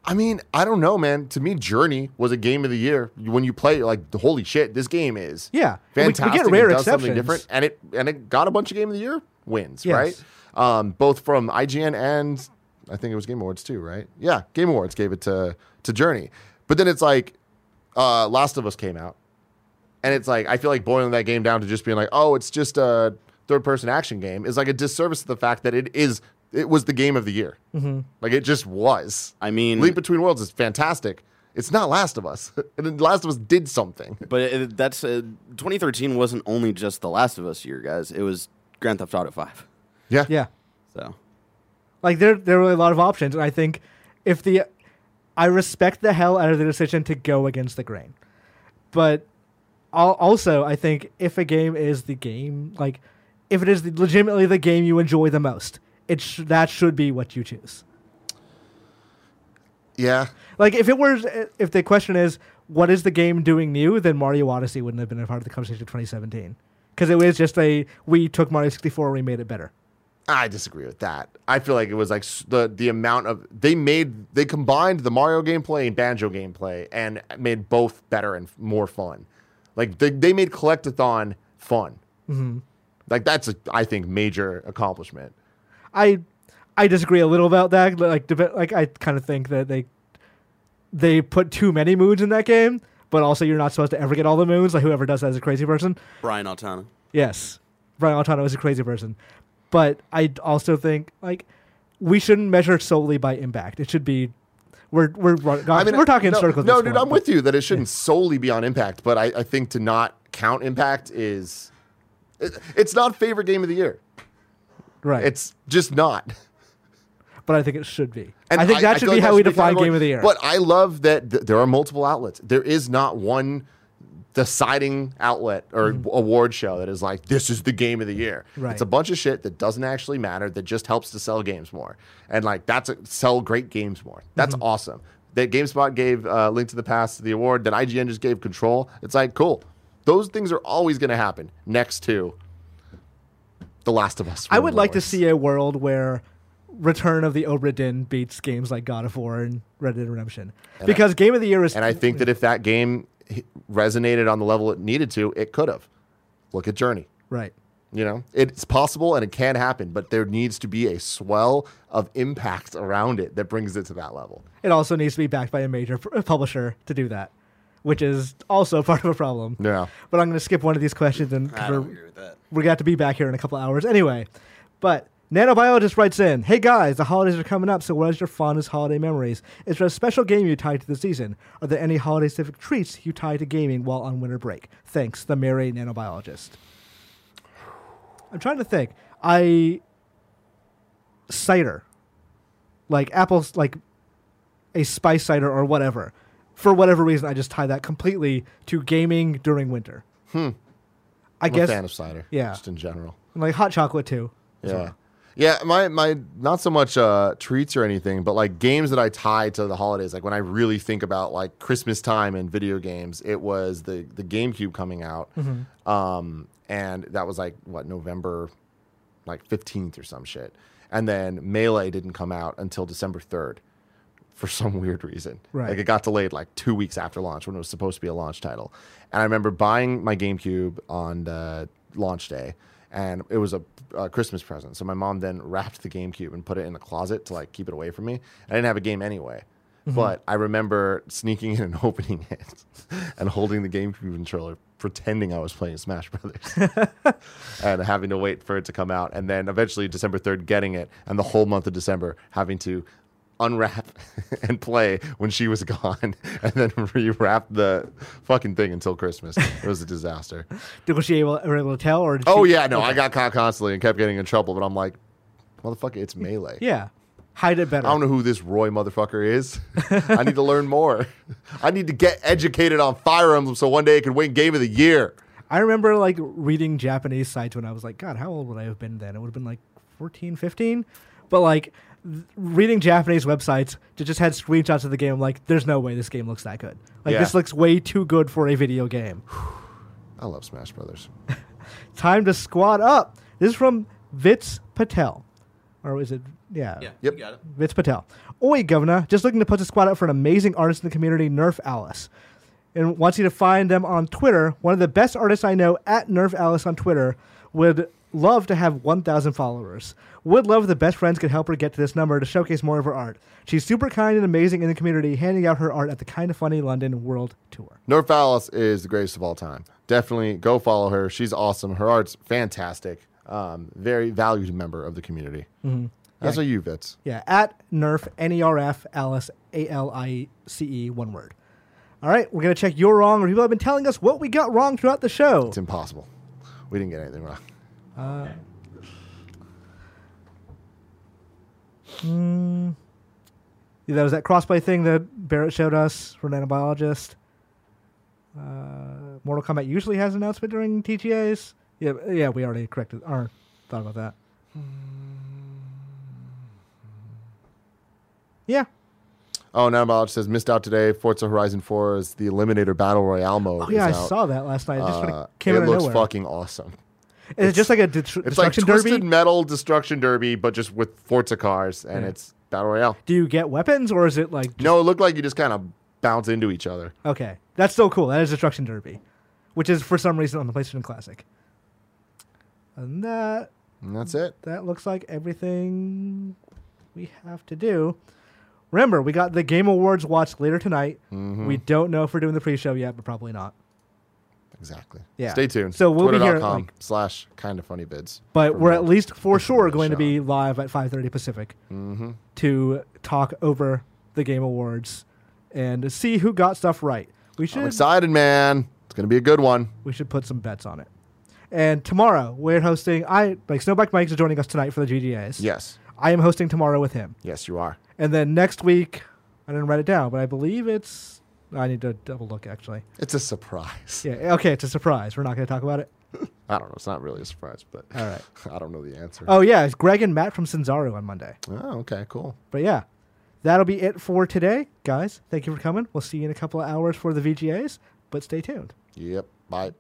B: I mean, I don't know, man. To me, Journey was a game of the year. When you play, it, you're like, holy shit, this game is
A: Yeah. We- we get
B: fantastic. It
A: rare
B: does something
A: exceptions.
B: different, and it and it got a bunch of game of the year wins,
A: Yes.
B: right? Um, both from IGN and I think it was Game Awards too, right? Yeah, Game Awards gave it to to Journey, but then it's like uh, Last of Us came out, and it's like I feel like boiling that game down to just being like, oh, it's just a third person action game is like a disservice to the fact that it is it was the game of the year, like it just was.
C: I mean,
B: Leap Between Worlds is fantastic. It's not Last of Us. and then Last of Us did something.
C: But it, that's uh, 2013 wasn't only just The Last of Us year, guys. It was Grand Theft Auto 5.
B: Yeah.
A: Yeah.
C: So
A: Like there there were a lot of options and I think if the I respect the hell out of the decision to go against the grain. But al- also I think if a game is the game like if it is the, legitimately the game you enjoy the most, it sh- that should be what you choose.
B: Yeah.
A: Like if it were if the question is what is the game doing new, then Mario Odyssey wouldn't have been a part of the conversation of 2017 because it was just a we took Mario 64 and we made it better.
B: I disagree with that. I feel like it was like s- the the amount of they made they combined the Mario gameplay and Banjo gameplay and made both better and f- more fun. Like they they made Collectathon fun.
A: Mm-hmm.
B: Like that's a I think major accomplishment.
A: I I disagree a little about that. Like deb- like I kind of think that they they put too many moons in that game, but also you're not supposed to ever get all the moons. Like whoever does that is a crazy person.
C: Brian Altano.
A: Yes, Brian Altano is a crazy person, but I d- also think like we shouldn't measure solely by impact. It should be we're we're run- we're talking
B: no,
A: in circles. at
B: No,
A: this
B: dude,
A: point,
B: I'm
A: but-
B: with you that it shouldn't solely be on impact, but I, I think to not count impact is it, it's not favorite game of the year.
A: right.
B: It's just not.
A: but I think it should be. I think that should
B: feel
A: be
B: like
A: how we
B: should
A: define
B: category.
A: game of the year.
B: But I love that th- there are multiple outlets. There is not one deciding outlet or award show that is like this is the game of the year.
A: Mm-hmm. Right.
B: It's a bunch of shit that doesn't actually matter that just helps to sell games more. And like that's a, sell great games more. That's
A: Mm-hmm.
B: awesome. That GameSpot gave uh, Link to the Past the award. That IGN just gave Control. It's like cool. Those things are always going to happen next to The Last of Us.
A: I would like to
B: awards.
A: see a world where Return of the Obra Dinn beats games like God of War and Red Dead Redemption because Game of the Year is
B: And I think that if that game h- resonated on the level it needed to, it could have. Look at Journey.
A: right.
B: You know, it's possible and it can happen, but there needs to be a swell of impact around it that brings it to that level.
A: It also needs to be backed by a major pr- publisher to do that, which is also part of a problem.
B: Yeah.
A: But I'm going to skip one of these questions and 'cause
C: I
A: we're,
C: don't agree with that.
A: we're going to have to be back here in a couple hours anyway. But Nanobiologist writes in, Hey guys, the holidays are coming up, so what is your fondest holiday memories? Is there a special game you tie to the season? Are there any holiday specific treats you tie to gaming while on winter break? Thanks, the Merry Nanobiologist. I'm trying to think. I. Cider. Like apples, like a spice cider or whatever. For whatever reason, I just tie that completely to gaming during winter. Hmm. I
B: I'm
A: guess
B: a fan of cider.
A: yeah.
B: Just in general.
A: like hot chocolate too.
B: Yeah. Yeah, my my not so much uh, treats or anything, but like games that I tie to the holidays. Like when I really think about like Christmas time and video games, it was the the GameCube coming out, um, and that was like what November, like fifteenth or some shit. And then Melee didn't come out until December third, for some weird reason.
A: Right.
B: Like it got delayed like two weeks after launch when it was supposed to be a launch title. And I remember buying my GameCube on the launch day, and it was a, a Christmas present. So my mom then wrapped the GameCube and put it in the closet to like keep it away from me. I didn't have a game anyway. But I remember sneaking in and opening it and holding the GameCube controller, pretending I was playing Smash Brothers, and having to wait for it to come out. And then eventually, December 3rd, getting it, and the whole month of December having to unwrap and play when she was gone and then rewrap the fucking thing until Christmas. It was a disaster.
A: Was she able, were able to tell? Or did
B: Oh
A: she-
B: yeah, no, I got caught constantly and kept getting in trouble, but I'm like, motherfucker, it's melee.
A: yeah, hide it better.
B: I don't know who this Roy motherfucker is. I need to learn more. I need to get educated on Fire Emblem so one day it can win Game of the Year.
A: I remember like reading Japanese sites when I was like, God, how old would I have been then? It would have been like 14, 15. But like th- reading Japanese websites that just had screenshots of the game, I'm like, there's no way this game looks that good. Like,
B: Yeah.
A: this looks way too good for a video game.
B: I love Smash Brothers.
A: Time to squad up. This is from Vits Patel. Or is it?
C: Yeah,
B: Yep.
C: you got it.
A: Vince Patel. Oi, Governor. Just looking to put the squad up for an amazing artist in the community, Nerf Alice. And wants you to find them on Twitter. One of the best artists I know at Nerf Alice on Twitter would love to have 1,000 followers. Would love if the best friends could help her get to this number to showcase more of her art. She's super kind and amazing in the community, handing out her art at the Kind of Funny London World Tour.
B: Nerf Alice is the greatest of all time. Definitely go follow her. She's awesome. Her art's fantastic. Um, very valued member of the community.
A: Mm-hmm.
B: That's what you, Vits.
A: Yeah, at Nerf, N E R F, Alice, A L I C E, one word. All right, we're going to check your wrong. People have been telling us what we got wrong throughout the show.
B: It's impossible. We didn't get anything wrong.
A: Uh, Hmm. Yeah, That was that crossplay thing that Barrett showed us from Nanobiologist. Uh, Mortal Kombat usually has an announcement during TGAs. Yeah, yeah, we already corrected or thought about that.
B: Hmm.
A: Yeah.
B: Oh, Nanobiologist says missed out today. Forza Horizon 4 is the Eliminator Battle Royale mode.
A: Oh, yeah, I
B: is out.
A: saw that last night. It just
B: Uh,
A: uh, came
B: it
A: out of
B: looks
A: nowhere.
B: fucking awesome.
A: Is it just like a det-
B: It's like
A: destruction
B: twisted
A: derby?
B: metal destruction derby, but just with Forza cars, and it's battle royale.
A: Do you get weapons or is it like
B: No, it looked like you just kind of bounce into each other.
A: okay? That's still cool. That is destruction derby, which is for some reason on the PlayStation Classic. And that
B: And that's it.
A: that looks like everything we have to do. Remember, we got the Game Awards watch later tonight. We don't know if we're doing the pre-show yet, but probably not.
B: Exactly.
A: Yeah.
B: Stay tuned.
A: So we'll be here at,
B: Twitter.com
A: like-
B: slash kind of funny bids.
A: But we're
B: for more.
A: at least for sure
B: the
A: going to
B: show.
A: be live at 5:30 Pacific
B: Mm-hmm.
A: to talk over the Game Awards and see who got stuff right. We
B: I'm
A: should
B: excited, man. It's gonna be a good one.
A: we should put some bets on it. And tomorrow we're hosting. I like Snowback Mike's are joining us tonight for the GDAs.
B: Yes.
A: I am hosting tomorrow with him.
B: Yes, you are.
A: And then next week, I didn't write it down, but I believe it's. I need to double look actually.
B: It's a surprise.
A: Yeah, okay, it's a surprise. We're not going to talk about it.
B: I don't know. It's not really a surprise, but
A: All right.
B: I don't know the answer.
A: Oh, yeah, it's Greg and Matt from Sinzaru on Monday.
B: oh okay, cool.
A: But yeah, that'll be it for today, guys. Thank you for coming. We'll see you in a couple of hours for the VGAs, but stay tuned.
B: Yep. Bye.